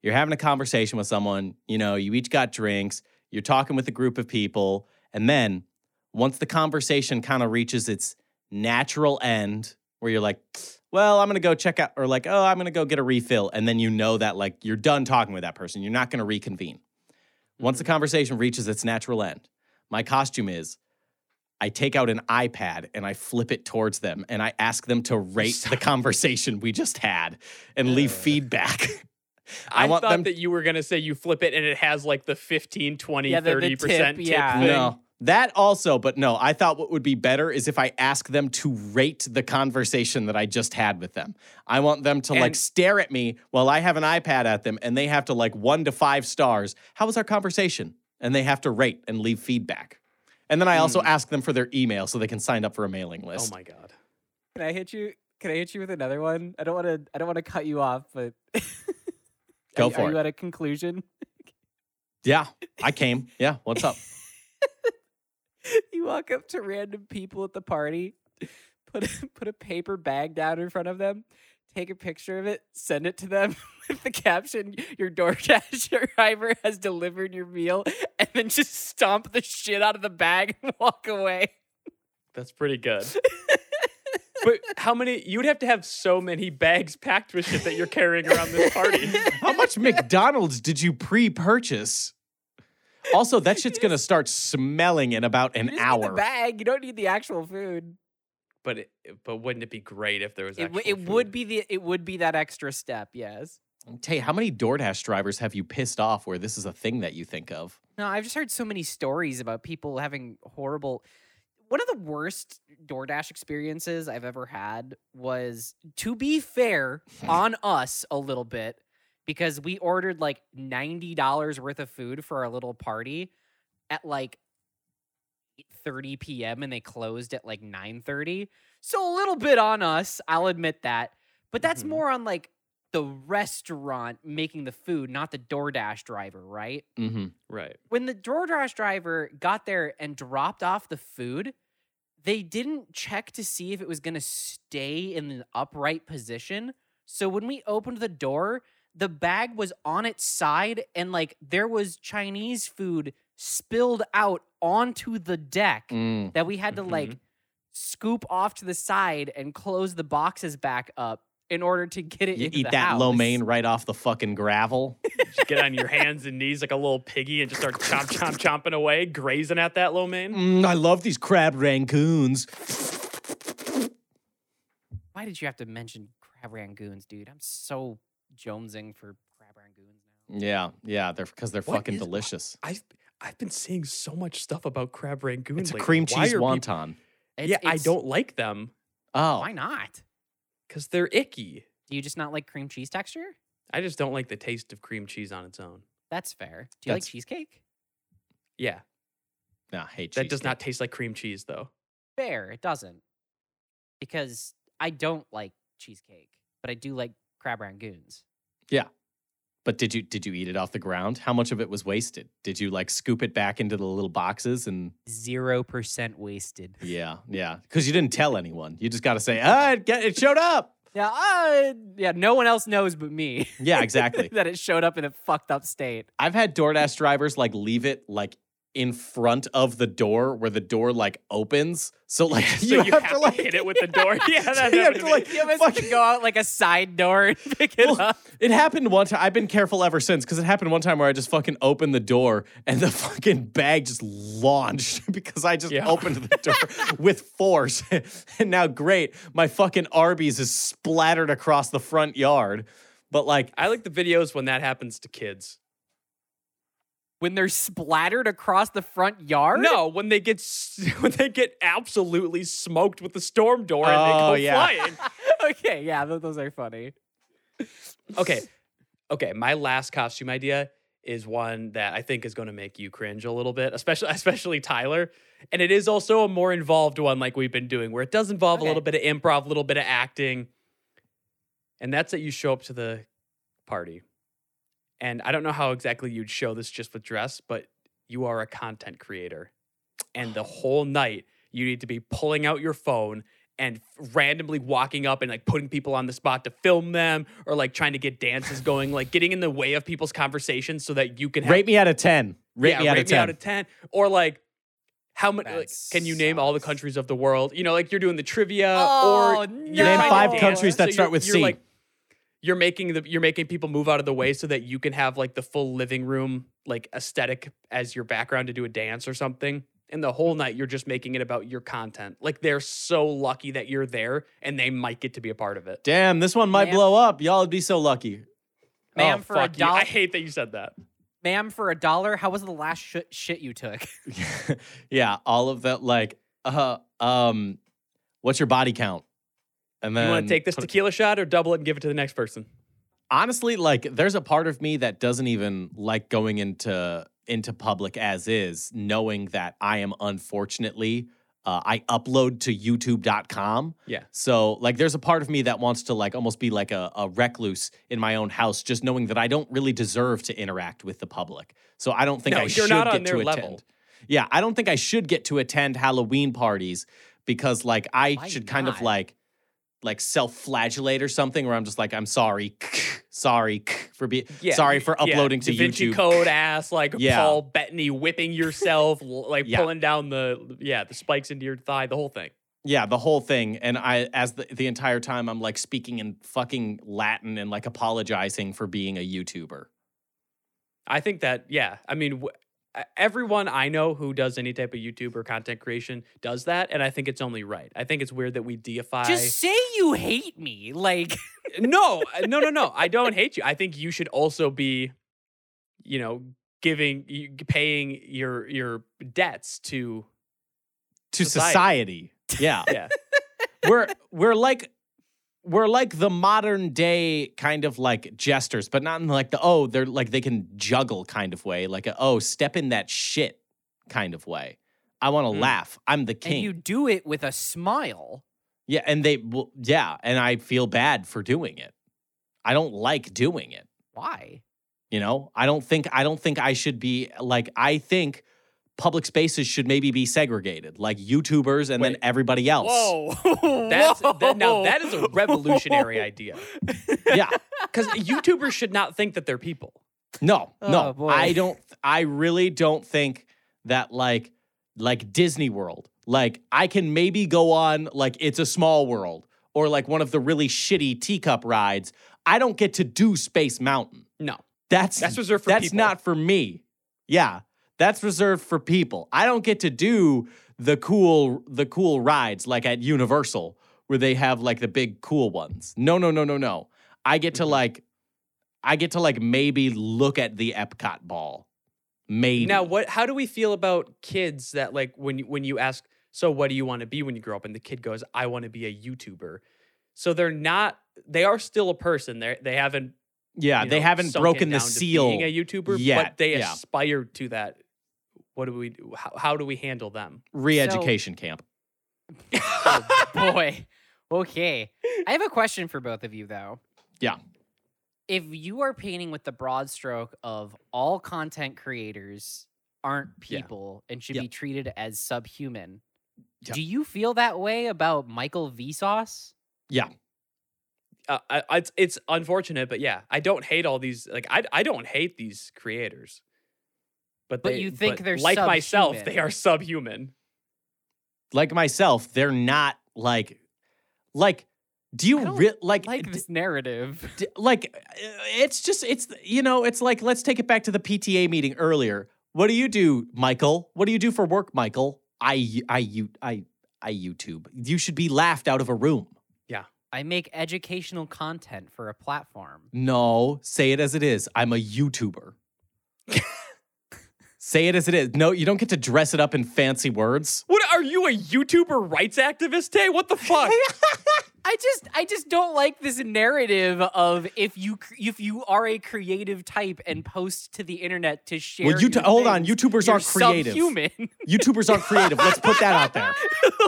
Speaker 3: You're having a conversation with someone, you know, you each got drinks, you're talking with a group of people, and then once the conversation kind of reaches its natural end where you're like, well, I'm gonna go check out, or like, oh, I'm gonna go get a refill. And then you know that like you're done talking with that person. You're not gonna reconvene. Once the conversation reaches its natural end, my costume is I take out an iPad and I flip it towards them and I ask them to rate the conversation we just had and leave
Speaker 2: Uh.
Speaker 3: feedback. <laughs>
Speaker 2: I,
Speaker 3: I want
Speaker 2: thought
Speaker 3: them-
Speaker 2: that you were going to say you flip it and it has like the 15, 20,
Speaker 1: Yeah, the- the
Speaker 2: 30%
Speaker 1: tip,
Speaker 2: tip,
Speaker 1: yeah.
Speaker 2: thing.
Speaker 3: no. That also, but no, I thought what would be better is if I ask them to rate the conversation that I just had with them. I want them to like
Speaker 2: And-
Speaker 3: stare at me while I have an iPad at them and they have to like one to five stars. How was our conversation? And they have to rate and leave feedback. And then I also
Speaker 2: Hmm.
Speaker 3: ask them for their email so they can sign up for a mailing
Speaker 2: Oh
Speaker 3: list.
Speaker 2: my God.
Speaker 1: <laughs> Can I hit you? Can I hit you with another one? I don't want to. I don't want to cut you off, but <laughs>
Speaker 3: Go
Speaker 1: are,
Speaker 3: for
Speaker 1: are you
Speaker 3: it.
Speaker 1: at a conclusion? <laughs>
Speaker 2: <laughs>
Speaker 3: Yeah, I came. Yeah, what's up?
Speaker 1: you walk up to random people at the party, <laughs> put a, put a paper bag down in front of them, take a picture of it, send it to them <laughs> with the caption "Your DoorDash <laughs> driver has delivered your meal," and then just stomp the shit out of the bag and walk away.
Speaker 2: That's pretty
Speaker 3: <laughs>
Speaker 2: good. but how many? You'd have to have so many bags packed with shit that you're carrying around this
Speaker 3: <laughs>
Speaker 2: party.
Speaker 3: How much McDonald's did you pre-purchase? Also, that shit's gonna start smelling in about
Speaker 1: You
Speaker 3: an
Speaker 1: just need the
Speaker 3: hour.
Speaker 1: bag. You don't need the actual food.
Speaker 2: But it, but wouldn't it be great if there was?
Speaker 1: It, w-
Speaker 2: actual
Speaker 1: it would
Speaker 2: food?
Speaker 1: be the it would be that extra step. Yes.
Speaker 3: Tay, how many DoorDash drivers have you pissed off where this is a thing that you think of?
Speaker 1: No, I've just heard so many stories about people having horrible. One of the worst DoorDash experiences I've ever had was, to be fair, on us a little bit because we ordered like $90 worth of food for our little party at like 30 p.m. and they closed at like 9:30. So a little bit on us, I'll admit that. But that's
Speaker 2: Mhm.
Speaker 1: more on like the restaurant making the food, not the DoorDash driver, right?
Speaker 3: Mm-hmm.
Speaker 2: right.
Speaker 1: when the DoorDash driver got there and dropped off the food, they didn't check to see if it was going to stay in an upright position. So when we opened the door, the bag was on its side and like there was Chinese food spilled out onto the deck
Speaker 3: Mm.
Speaker 1: that we
Speaker 3: Mm-hmm.
Speaker 1: had to like scoop off to the side and close the boxes back up in order to get it
Speaker 3: You
Speaker 1: into
Speaker 3: eat
Speaker 1: the
Speaker 3: that lo
Speaker 1: house.
Speaker 3: mein right off the fucking gravel.
Speaker 2: Just get on your hands and knees like a little piggy and just start chomp chomp chomping away, grazing at that lo mein.
Speaker 3: Mm, I love these crab rancoons.
Speaker 1: Why did you have to mention crab rangoons, dude? I'm so jonesing for crab rangoons now.
Speaker 3: Yeah, yeah, they're because they're
Speaker 2: What
Speaker 3: fucking
Speaker 2: is-
Speaker 3: delicious.
Speaker 2: I've I've been seeing so much stuff about crab rangoon.
Speaker 3: It's a
Speaker 2: lately.
Speaker 3: cream
Speaker 2: Why
Speaker 3: cheese
Speaker 2: are peop-
Speaker 3: wonton.
Speaker 1: It's-
Speaker 2: yeah, I
Speaker 1: it's-
Speaker 2: don't like them
Speaker 3: oh,
Speaker 1: Why not?
Speaker 2: because they're icky.
Speaker 1: Do you just not like cream cheese texture?
Speaker 2: I just don't like the taste of cream cheese on its own.
Speaker 1: That's fair. Do you like
Speaker 3: That's-
Speaker 1: cheesecake?
Speaker 2: Yeah,
Speaker 3: nah, I hate
Speaker 2: that does
Speaker 3: cheesecake.
Speaker 2: not taste like cream cheese
Speaker 3: <laughs>
Speaker 2: though.
Speaker 1: Fair, it doesn't. Because I don't like cheesecake, but I do like crab rangoons.
Speaker 3: But did you did you eat it off the ground? How much of it was wasted? Did you like scoop it back into the little boxes and
Speaker 1: Zero percent wasted.
Speaker 3: yeah, yeah? Because you didn't tell anyone. You just got to say, ah, it, get, it showed up.
Speaker 1: Yeah, uh, yeah, no one else knows but me
Speaker 3: Yeah,
Speaker 2: <laughs>
Speaker 3: exactly.
Speaker 1: <laughs> that it showed up in a fucked up state.
Speaker 3: I've had DoorDash drivers like leave it like in front of the door where the door like opens. So like <laughs>
Speaker 2: So
Speaker 3: you, have, to like
Speaker 2: hit it with the door. <laughs> yeah, that
Speaker 3: you
Speaker 2: happened
Speaker 3: have to
Speaker 2: me.
Speaker 3: <laughs> like
Speaker 1: You almost have to
Speaker 3: fucking-
Speaker 1: go out like a side door and pick it
Speaker 3: Well,
Speaker 1: up.
Speaker 3: It happened one time. I've been careful ever since because it happened one time where I just fucking opened the door and the <laughs> fucking bag just launched <laughs> because I just
Speaker 2: Yeah.
Speaker 3: opened the
Speaker 2: <laughs>
Speaker 3: door with force. and now, great, my fucking Arby's is splattered across the front yard. But like,
Speaker 2: I like the videos when that happens to kids.
Speaker 1: when they're splattered across the front yard?
Speaker 2: No, when they get s- <laughs> when they get absolutely smoked with the storm door and
Speaker 3: Oh,
Speaker 2: they go
Speaker 3: yeah.
Speaker 2: flying.
Speaker 1: okay, yeah, tho- those are funny.
Speaker 2: Okay, okay. My last costume idea is one that I think is going to make you cringe a little bit, especially <laughs> especially Tyler. And it is also a more involved one, like we've been doing, where it does involve
Speaker 1: Okay.
Speaker 2: a little bit of improv, a little bit of acting. And that's that you show up to the party. And I don't know how exactly you'd show this just with dress, but you are a content creator. And the whole night, you need to be pulling out your phone and randomly walking up and like putting people on the spot to film them or like trying to get dances going, like getting in the way of people's conversations so that you can have
Speaker 3: rate me out of 10. Rate
Speaker 2: yeah,
Speaker 3: me out
Speaker 2: rate
Speaker 3: of 10.
Speaker 2: me out of 10 or like how many
Speaker 1: That
Speaker 2: like, can you name all the
Speaker 1: sucks.
Speaker 2: countries of the world you know like you're doing the trivia
Speaker 1: Oh,
Speaker 2: or
Speaker 1: no.
Speaker 2: you're
Speaker 3: Name
Speaker 2: trying to
Speaker 3: five
Speaker 2: dance,
Speaker 3: countries that
Speaker 2: so
Speaker 3: start
Speaker 2: you're-
Speaker 3: with
Speaker 2: you're
Speaker 3: C.
Speaker 2: like you're making the you're making people move out of the way so that you can have like the full living room like aesthetic as your background to do a dance or something and the whole night you're just making it about your content. Like they're so lucky that you're there and they might get to be a part of it.
Speaker 3: Damn, this one might
Speaker 1: Ma'am.
Speaker 3: blow up. Y'all would be so lucky. <laughs>
Speaker 1: Ma'am, for a
Speaker 2: Oh, fuck you.
Speaker 1: dollar,
Speaker 2: I hate that you said that.
Speaker 1: ma'am, for a dollar. How was the last sh- shit you
Speaker 2: <laughs>
Speaker 1: took?
Speaker 3: yeah, all of that. Like, uh, um, what's your body count? And then
Speaker 2: you want to take this
Speaker 3: put it-
Speaker 2: tequila shot or double it and give it to the next person?
Speaker 3: honestly, like, there's a part of me that doesn't even like going into into public as is, knowing that I am unfortunately uh, I upload to YouTube.com.
Speaker 2: Yeah.
Speaker 3: So like, there's a part of me that wants to like almost be like a, a recluse in my own house, just knowing that I don't really deserve to interact with the public. So I don't think
Speaker 2: No,
Speaker 3: I
Speaker 2: you're
Speaker 3: should
Speaker 2: not
Speaker 3: get
Speaker 2: on their
Speaker 3: to
Speaker 2: level.
Speaker 3: attend. Yeah, I don't think I should get to attend Halloween parties because like I
Speaker 1: Why
Speaker 3: should kind of
Speaker 1: not?
Speaker 3: like like self-flagellate or something where I'm just like I'm sorry, <laughs> sorry <laughs> for being sorry for
Speaker 2: yeah,
Speaker 3: uploading to
Speaker 2: Da Vinci
Speaker 3: YouTube.
Speaker 2: Code ass, like
Speaker 3: Yeah.
Speaker 2: Paul Bettany whipping yourself, l- like
Speaker 3: Yeah.
Speaker 2: pulling down the yeah the spikes into your thigh, the whole thing.
Speaker 3: Yeah, the whole thing. And I, as the, the entire time, I'm like speaking in fucking Latin and like apologizing for being a YouTuber.
Speaker 2: I think that yeah, I mean. W- e- Everyone I know who does any type of YouTube or content creation does that, and I think it's only right. I think it's weird that we deify.
Speaker 1: Just say you hate me. Like,
Speaker 2: <laughs> no, uh, no, no, no. I don't hate you. I think you should also be, you know, giving, you- paying your your debts to.
Speaker 3: To society.
Speaker 2: Society.
Speaker 3: Yeah. <laughs>
Speaker 2: Yeah,
Speaker 3: we're we're like we're like the modern day kind of like jesters, but not in like the oh they're like they can juggle kind of way, like a oh step in that shit kind of way. I want to
Speaker 2: Mm.
Speaker 3: laugh. I'm the
Speaker 1: Mm-hmm. and
Speaker 3: king.
Speaker 1: you do it with a smile.
Speaker 3: yeah, and they well, yeah, and I feel bad for doing it. I don't like doing it.
Speaker 1: Why?
Speaker 3: You know, I don't think I don't think I should be like I think public spaces should maybe be segregated, like YouTubers and then
Speaker 2: Wait.
Speaker 3: everybody else.
Speaker 1: Whoa. <laughs>
Speaker 2: that's that, now that is a revolutionary idea.
Speaker 3: Yeah.
Speaker 2: Because YouTubers should not think that they're people.
Speaker 3: No,
Speaker 1: Oh,
Speaker 3: no,
Speaker 1: boy.
Speaker 3: I don't. I really don't think that like like Disney World. Like I can maybe go on like it's a small world or like one of the really shitty teacup rides. I don't get to do Space Mountain.
Speaker 2: No,
Speaker 3: That's
Speaker 2: that's reserved for
Speaker 3: that's
Speaker 2: people.
Speaker 3: not for me. Yeah, that's reserved for people. I don't get to do the cool the cool rides like at Universal where they have like the big cool ones. No, no, no, no, no. I get to
Speaker 2: Mhm.
Speaker 3: like I get to like maybe look at the Epcot ball. Maybe.
Speaker 2: Now, what? How do we feel about kids that like when you, when you ask, so what do you want to be when you grow up? And the kid goes, I want to be a YouTuber. So they're not. They are still a person. They they haven't.
Speaker 3: yeah,
Speaker 2: you
Speaker 3: they
Speaker 2: know,
Speaker 3: haven't
Speaker 2: sunk it
Speaker 3: broken the
Speaker 2: down to
Speaker 3: seal.
Speaker 2: Being a YouTuber,
Speaker 3: yet.
Speaker 2: but they
Speaker 3: Yeah.
Speaker 2: aspire to that. What do we? do? How, how do we handle them?
Speaker 3: Re-education camp.
Speaker 1: Oh, <laughs> boy. Okay. I have a question for both of you, though.
Speaker 3: Yeah.
Speaker 1: If you are painting with the broad stroke of all content creators aren't
Speaker 2: Yeah.
Speaker 1: people and should
Speaker 3: Yep.
Speaker 1: be treated as subhuman,
Speaker 3: Yep.
Speaker 1: do you feel that way about Michael Vsauce?
Speaker 2: uh, I, I- it's it's unfortunate, but yeah, I don't hate all these. Like I I don't hate these creators, but
Speaker 1: But
Speaker 2: they-
Speaker 1: you think they're
Speaker 2: like myself, they
Speaker 1: subhuman.
Speaker 2: are subhuman.
Speaker 3: Like myself, they're not like like do
Speaker 1: I
Speaker 3: you
Speaker 1: don't
Speaker 3: re- like
Speaker 1: Like
Speaker 3: d-
Speaker 1: this narrative.
Speaker 3: d- like uh, it's just it's you know it's like let's take it back to the PTA meeting earlier. What do you do, Michael? What do you do for work, Michael? I I you I I YouTube. You should be laughed out of a room.
Speaker 1: I make educational content for a platform.
Speaker 3: No, say it as it is. I'm a YouTuber. <laughs> say it as it is. No, you don't get to dress it up in fancy words.
Speaker 2: What are you a YouTuber rights activist, Tay? What
Speaker 1: <laughs>
Speaker 2: the fuck?
Speaker 1: I just I just don't like this narrative of if you cr- if you are a creative type and post to the internet to share.
Speaker 3: well, you
Speaker 1: your
Speaker 3: hold on.
Speaker 1: things,
Speaker 3: YouTubers
Speaker 1: you're
Speaker 3: aren't creative.
Speaker 2: <laughs>
Speaker 1: Subhuman. <laughs>
Speaker 3: YouTubers aren't creative. Let's put that out there.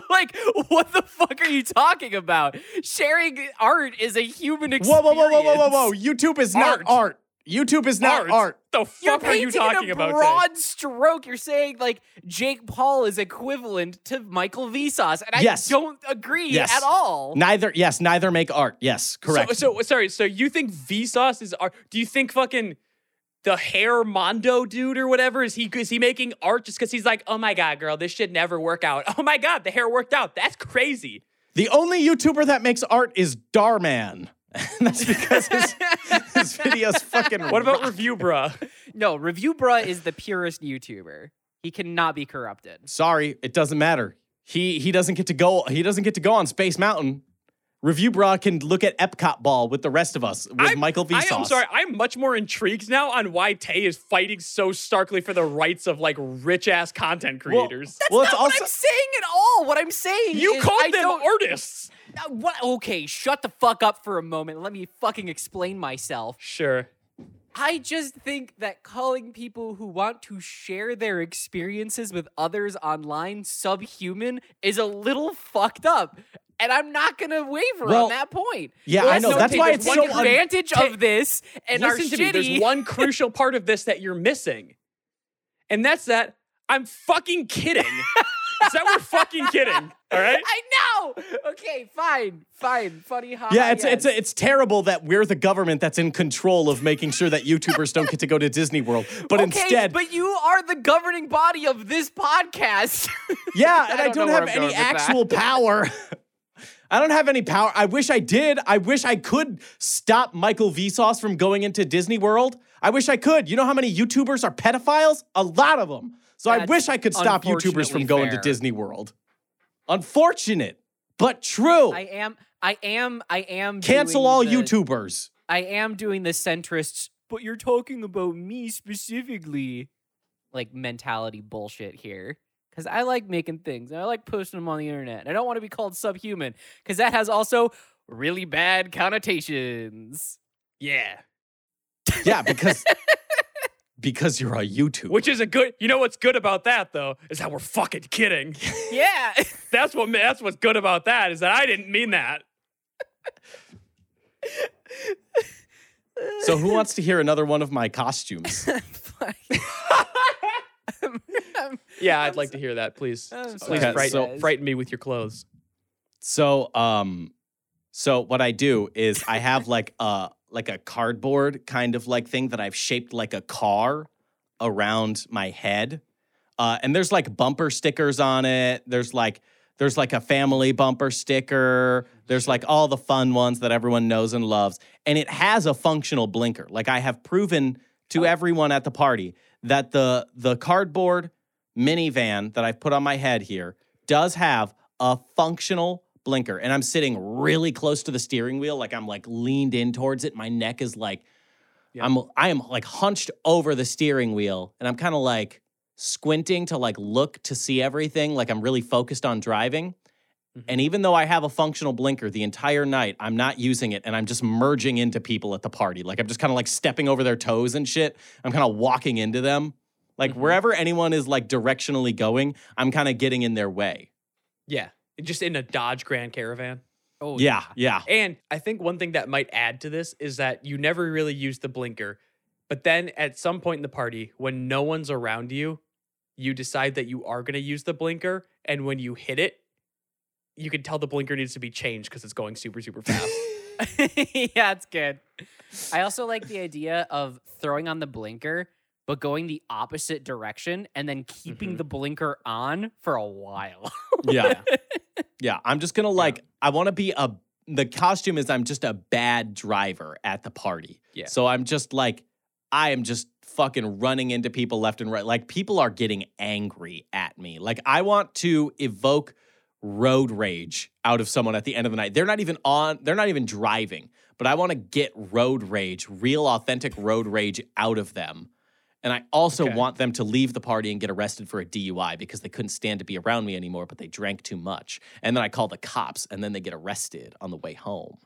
Speaker 1: like what the fuck are you talking about? Sharing art is a human
Speaker 3: Whoa,
Speaker 1: experience.
Speaker 3: whoa, whoa, whoa, whoa, whoa, whoa! YouTube is not
Speaker 2: Art.
Speaker 3: art. YouTube is not
Speaker 2: Art.
Speaker 3: art.
Speaker 2: The
Speaker 1: You're
Speaker 2: fuck are you
Speaker 1: painting
Speaker 2: talking
Speaker 1: in a
Speaker 2: about? Tay?
Speaker 1: broad stroke. You're saying like Jake Paul is equivalent to Michael Vsauce, and I
Speaker 3: Yes.
Speaker 1: don't agree
Speaker 3: Yes.
Speaker 1: at all.
Speaker 3: Neither, yes, neither make art. Yes, correct.
Speaker 2: So, so sorry. So you think Vsauce is art? Do you think fucking the hair Mondo dude or whatever is he is he making art just because he's like, oh my god, girl, this should never work out. <laughs> Oh my god, the hair worked out. That's crazy.
Speaker 3: the only YouTuber that makes art is Darman. <laughs> And that's because his,
Speaker 1: <laughs>
Speaker 3: his videos fucking.
Speaker 2: What about review, bruh?
Speaker 1: No, Review Bruh is the purest YouTuber. He cannot be corrupted.
Speaker 3: Sorry, it doesn't matter. He he doesn't get to go. He doesn't get to go on Space Mountain. Review Bra can look at Epcot Ball with the rest of us with
Speaker 2: I'm-
Speaker 3: Michael V.
Speaker 2: I am
Speaker 3: Sauce.
Speaker 2: sorry. I'm much more intrigued now on why Tay is fighting so starkly for the rights of like rich ass content
Speaker 3: Well,
Speaker 2: creators.
Speaker 3: well, it's
Speaker 1: That's not what
Speaker 3: also
Speaker 1: I'm saying at all. What I'm saying
Speaker 2: you
Speaker 1: is
Speaker 2: called
Speaker 1: I
Speaker 2: them
Speaker 1: don't-
Speaker 2: artists.
Speaker 1: Uh, What? Okay, shut the fuck up for a moment. Let me fucking explain myself.
Speaker 2: Sure.
Speaker 1: I just think that calling people who want to share their experiences with others online subhuman is a little fucked up. And I'm not gonna waver
Speaker 3: Well,
Speaker 1: on that point.
Speaker 3: yeah,
Speaker 1: Let's
Speaker 3: I know.
Speaker 1: not
Speaker 3: That's
Speaker 1: take
Speaker 3: why it's
Speaker 1: one
Speaker 3: so un-
Speaker 1: advantage of this and our
Speaker 2: Listen to me.
Speaker 1: shitty.
Speaker 2: There's one crucial part of this that you're missing, and that's that I'm fucking kidding.
Speaker 1: <laughs>
Speaker 2: is that we're fucking kidding? All right.
Speaker 1: <laughs> I know. Okay, fine, fine, funny. Ha,
Speaker 3: Yeah,
Speaker 1: ha,
Speaker 3: it's it's
Speaker 1: yes.
Speaker 3: it's terrible that we're the government that's in control of making sure that YouTubers don't get to go to Disney World,
Speaker 1: <laughs>
Speaker 3: but
Speaker 1: okay,
Speaker 3: instead,
Speaker 1: but you are the governing body of this
Speaker 3: <laughs>
Speaker 1: podcast.
Speaker 3: yeah,
Speaker 1: <laughs>
Speaker 3: and
Speaker 1: I
Speaker 3: I
Speaker 1: don't
Speaker 3: don't,
Speaker 1: know where
Speaker 3: have
Speaker 1: I'm going
Speaker 3: any
Speaker 1: with that.
Speaker 3: actual power. <laughs> I don't have any power. I wish I did. I wish I could stop Michael Vsauce from going into Disney World. I wish I could. You know how many YouTubers are pedophiles? A lot of them. So I
Speaker 1: That's
Speaker 3: wish I could stop YouTubers
Speaker 1: unfortunately
Speaker 3: from going
Speaker 1: fair.
Speaker 3: to Disney World. Unfortunate, but true.
Speaker 1: I am, I am, I am.
Speaker 3: Cancel
Speaker 1: doing
Speaker 3: all
Speaker 1: the-
Speaker 3: YouTubers.
Speaker 1: I am doing the centrists, but you're talking about me specifically, like mentality bullshit here. Because I like making things and I like posting them on the internet. And I don't want to be called subhuman because that has also really bad connotations.
Speaker 2: Yeah.
Speaker 1: <laughs>
Speaker 3: Yeah, because because you're a YouTuber.
Speaker 2: Which is a good. You know what's good about that though is that we're fucking kidding. <laughs>
Speaker 1: Yeah. <laughs>
Speaker 2: That's what. That's what's good about that is that I didn't mean that.
Speaker 3: So who wants to hear another one of my costumes?
Speaker 1: <laughs> Fuck. I'm- I'm-
Speaker 2: Yeah, I'd
Speaker 1: I'm
Speaker 2: like
Speaker 1: so-
Speaker 2: to hear that, please.
Speaker 1: I'm
Speaker 2: Please
Speaker 3: sorry,
Speaker 2: frighten,
Speaker 1: guys.
Speaker 2: frighten me with your clothes.
Speaker 3: So um so what I do is I have like a like a cardboard kind of like thing that I've shaped like a car around my head. Uh and there's like bumper stickers on it. There's like there's like a family bumper sticker. There's like all the fun ones that everyone knows and loves. And it has a functional blinker. Like I have proven to everyone at the party that the the cardboard minivan that I've put on my head here does have a functional blinker. And I'm sitting really close to the steering wheel. Like I'm like leaned in towards it. My neck is like
Speaker 2: Yeah.
Speaker 3: I'm I am like hunched over the steering wheel. And I'm kind of like squinting to like look to see everything. Like I'm really focused on driving.
Speaker 2: Mhm.
Speaker 3: And even though I have a functional blinker the entire night, I'm not using it and I'm just merging into people at the party. Like I'm just kind of like stepping over their toes and shit. I'm kind of walking into them. Like
Speaker 2: Mhm.
Speaker 3: wherever anyone is like directionally going, I'm kind of getting in their way.
Speaker 2: Yeah, just in a Dodge Grand Caravan.
Speaker 1: Oh,
Speaker 3: yeah, yeah.
Speaker 2: And I think one thing that might add to this is that you never really use the blinker, but then at some point in the party, when no one's around you, you decide that you are going to use the blinker, and when you hit it, you can tell the blinker needs to be changed because it's going super super fast.
Speaker 1: <laughs> yeah, it's good. I also like the idea of throwing on the blinker, but going the opposite direction and then keeping
Speaker 2: Mhm.
Speaker 1: the blinker on for a while.
Speaker 3: <laughs>
Speaker 1: <laughs>
Speaker 2: <laughs>
Speaker 3: Yeah. yeah. I'm just gonna like I wanna be a the costume is I'm just a bad driver at the party.
Speaker 2: Yeah.
Speaker 3: So I'm just like, I am just fucking running into people left and right. Like people are getting angry at me. Like I want to evoke road rage out of someone at the end of the night. They're not even on, they're not even driving, but I want to get road rage, real authentic road rage out of them. And I also
Speaker 2: Okay.
Speaker 3: want them to leave the party and get arrested for a DUI because they couldn't stand to be around me anymore, but they drank too much. And then I call the cops and then they get arrested on the way home.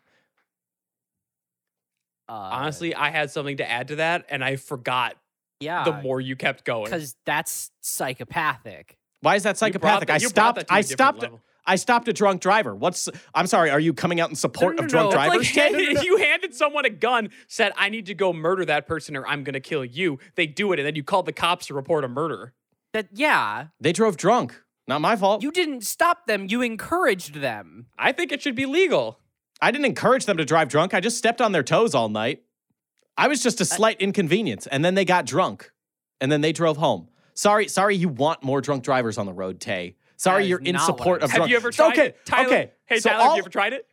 Speaker 1: Uh,
Speaker 2: Honestly, I had something to add to that, and I forgot
Speaker 1: yeah,
Speaker 3: Ah.
Speaker 1: <laughs>
Speaker 2: the more you kept going.
Speaker 1: because that's psychopathic.
Speaker 3: Why is that
Speaker 2: You brought
Speaker 3: psychopathic?
Speaker 2: that-
Speaker 3: I
Speaker 2: you brought
Speaker 3: stopped
Speaker 2: that to a
Speaker 3: I
Speaker 2: different
Speaker 3: stopped
Speaker 2: level.
Speaker 3: I stopped a drunk driver. What's I'm sorry, are you coming out in support
Speaker 1: No, no,
Speaker 3: of
Speaker 1: no,
Speaker 3: drunk
Speaker 1: no,
Speaker 2: It's
Speaker 3: drivers?
Speaker 2: like <laughs> handed- you handed someone a gun, said, I need to go murder that person or I'm going to kill you. They do it, and then you call the cops to report a murder.
Speaker 1: That yeah,
Speaker 3: <laughs> they drove drunk. Not my fault.
Speaker 1: you didn't stop them. You encouraged them.
Speaker 2: I think it should be legal.
Speaker 3: I didn't encourage them to drive drunk. I just stepped on their toes all night. I was
Speaker 2: Uh,
Speaker 3: just a slight inconvenience and then they got drunk and then they drove home. Sorry, sorry you want more drunk drivers on the road, Tay. Sorry
Speaker 1: is
Speaker 3: you're in
Speaker 1: not what
Speaker 3: support
Speaker 1: I'm saying.
Speaker 3: of
Speaker 2: Have
Speaker 3: drunk.
Speaker 2: you ever tried
Speaker 3: okay,
Speaker 2: it? Tyler,
Speaker 3: okay.
Speaker 2: Hey,
Speaker 3: so
Speaker 2: Tyler, have
Speaker 3: all-
Speaker 2: you ever tried it?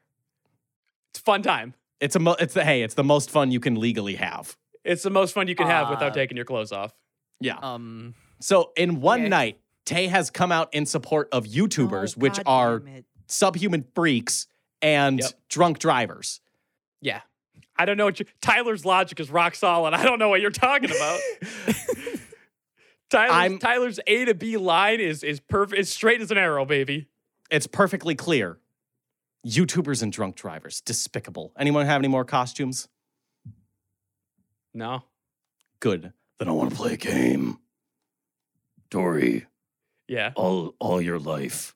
Speaker 2: It's a fun time.
Speaker 3: it's a mo- it's the hey, it's the most fun you can legally have. Ah.
Speaker 2: It's the most fun you can have without
Speaker 1: Uh,
Speaker 2: taking your clothes off.
Speaker 3: Yeah.
Speaker 1: Um,
Speaker 3: So in one
Speaker 1: Okay.
Speaker 3: night, Tay has come out in support of YouTubers,
Speaker 4: Oh,
Speaker 3: which
Speaker 4: God
Speaker 3: are
Speaker 4: damn it.
Speaker 3: subhuman freaks and
Speaker 2: Yep.
Speaker 3: drunk drivers.
Speaker 2: Yeah. I don't know what you, Tyler's logic is rock solid. I don't know what you're talking
Speaker 3: <laughs>
Speaker 2: about. Tyler's,
Speaker 3: I'm-
Speaker 2: Tyler's A to B line is is perfect. It's straight as an arrow, baby.
Speaker 3: It's perfectly clear. YouTubers and drunk drivers, despicable. Anyone have any more costumes?
Speaker 2: No.
Speaker 3: Good. Then I want to play a game.
Speaker 5: Dory,
Speaker 2: Yeah.
Speaker 5: all all your life,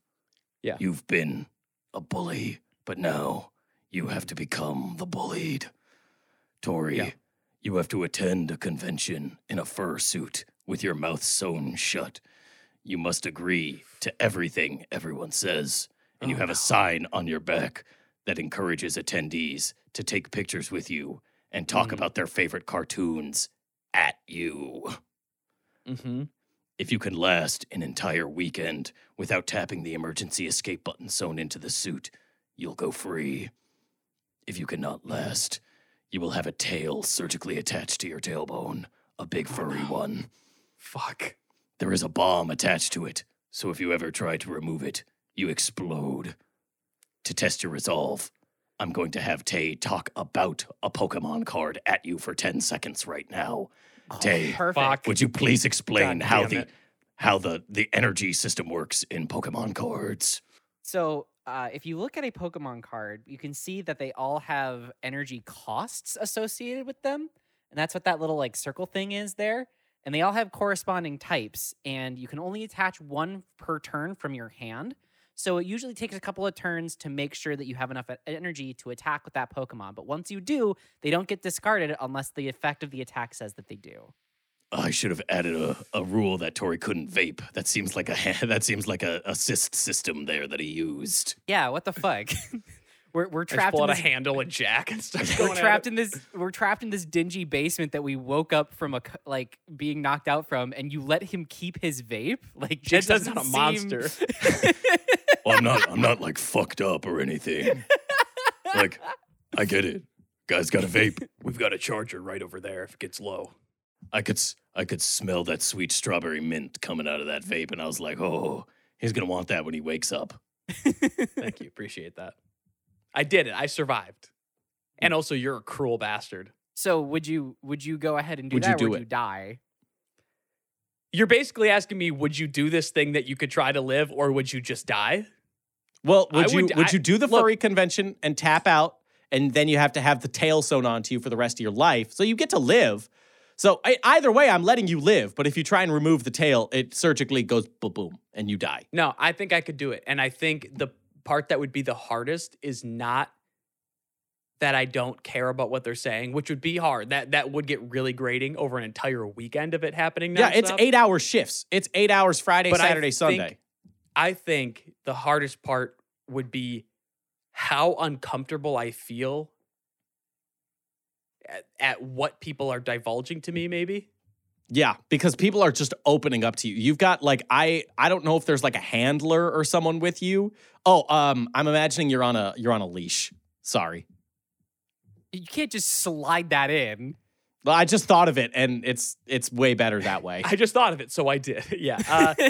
Speaker 2: Yeah.
Speaker 5: you've been a bully, but now you have to become the bullied. Tori,
Speaker 2: Yeah.
Speaker 5: you have to attend a convention in a fursuit with your mouth sewn shut. You must agree to everything everyone says, and you
Speaker 2: Oh,
Speaker 5: have
Speaker 2: no.
Speaker 5: a sign on your back that encourages attendees to take pictures with you and talk
Speaker 3: Hmm.
Speaker 2: Mm.
Speaker 5: about their favorite cartoons at you.
Speaker 2: Mm-hmm.
Speaker 5: If you can last an entire weekend without tapping the emergency escape button sewn into the suit, you'll go free. If you cannot last, you will have a tail surgically attached to your tailbone, a big furry one.
Speaker 2: Fuck.
Speaker 5: There is a bomb attached to it, so if you ever try to remove it, you explode. To test your resolve, I'm going to have Tay talk about a Pokemon card at you for 10 seconds right now. Tay,
Speaker 1: Perfect.
Speaker 2: Fuck.
Speaker 5: would you please explain
Speaker 2: God
Speaker 5: how
Speaker 2: damn
Speaker 5: the
Speaker 2: it.
Speaker 5: how the the energy system works in Pokemon cards?
Speaker 1: So, uh, if you look at a Pokemon card, you can see that they all have energy costs associated with them, and that's what that little like circle thing is there. And they all have corresponding types, and you can only attach one per turn from your hand. So it usually takes a couple of turns to make sure that you have enough e- energy to attack with that Pokemon. But once you do, they don't get discarded unless the effect of the attack says that they do.
Speaker 5: I should have added a, a rule that Tori couldn't vape. That seems like a <laughs> that seems like a assist system there that he used.
Speaker 1: Yeah, what the fuck? <laughs> we're we're
Speaker 2: I just
Speaker 1: trapped
Speaker 2: pull
Speaker 1: in
Speaker 2: out a
Speaker 1: this
Speaker 2: handle and jack and
Speaker 1: <laughs>
Speaker 2: stuff.
Speaker 1: we're trapped in this we're trapped in this dingy basement that we woke up from a c- like being knocked out from and you let him keep his vape like that
Speaker 2: Jigsaw's
Speaker 1: doesn't
Speaker 2: not a
Speaker 1: seem-
Speaker 2: monster.
Speaker 5: Well, I'm not I'm not like fucked up or anything. Like I get it. Guys got a vape.
Speaker 2: We've got a charger right over there if it gets low.
Speaker 5: I could s- I could smell that sweet strawberry mint coming out of that vape and I was like, "Oh, he's going to want that when he wakes up."
Speaker 2: Thank you. Appreciate that. Hmm. I did it. I survived. And also, you're a cruel bastard.
Speaker 1: <laughs> so would you would you go ahead and do
Speaker 3: Would you
Speaker 1: that or
Speaker 3: do
Speaker 1: would
Speaker 3: it?
Speaker 1: you die
Speaker 2: You're basically asking me, would you do this thing that you could try to live, or would you just die?
Speaker 3: Well,
Speaker 2: I
Speaker 3: would you
Speaker 2: would-
Speaker 3: would,
Speaker 2: I-
Speaker 3: you do the
Speaker 2: look-
Speaker 3: furry convention and tap out, and then you have to have the tail sewn onto you for the rest of your life, so you get to live. So I, either way, I'm letting you live. But if you try and remove the tail, it surgically goes boom, boom, and you die.
Speaker 2: No, I think I could do it. And I think the part that would be the hardest is not that I don't care about what they're saying, which would be hard. That that would get really grating over an entire weekend of it happening.
Speaker 3: Yeah, it's
Speaker 2: nonstop.
Speaker 3: eight hour shifts. It's eight hours Friday,
Speaker 2: But I
Speaker 3: Saturday,
Speaker 2: think-
Speaker 3: Sunday.
Speaker 2: I think the hardest part would be how uncomfortable I feel at, at what people are divulging to me, maybe.
Speaker 3: Yeah, because people are just opening up to you. You've got like I I don't know if there's like a handler or someone with you. Oh, um, I'm imagining you're on a you're on a leash. Sorry.
Speaker 1: you can't just slide that in <laughs>
Speaker 3: Well, I just thought of it and it's it's way better that
Speaker 5: <laughs>
Speaker 3: way.
Speaker 2: I just thought of it, so I did. <laughs> yeah. Uh,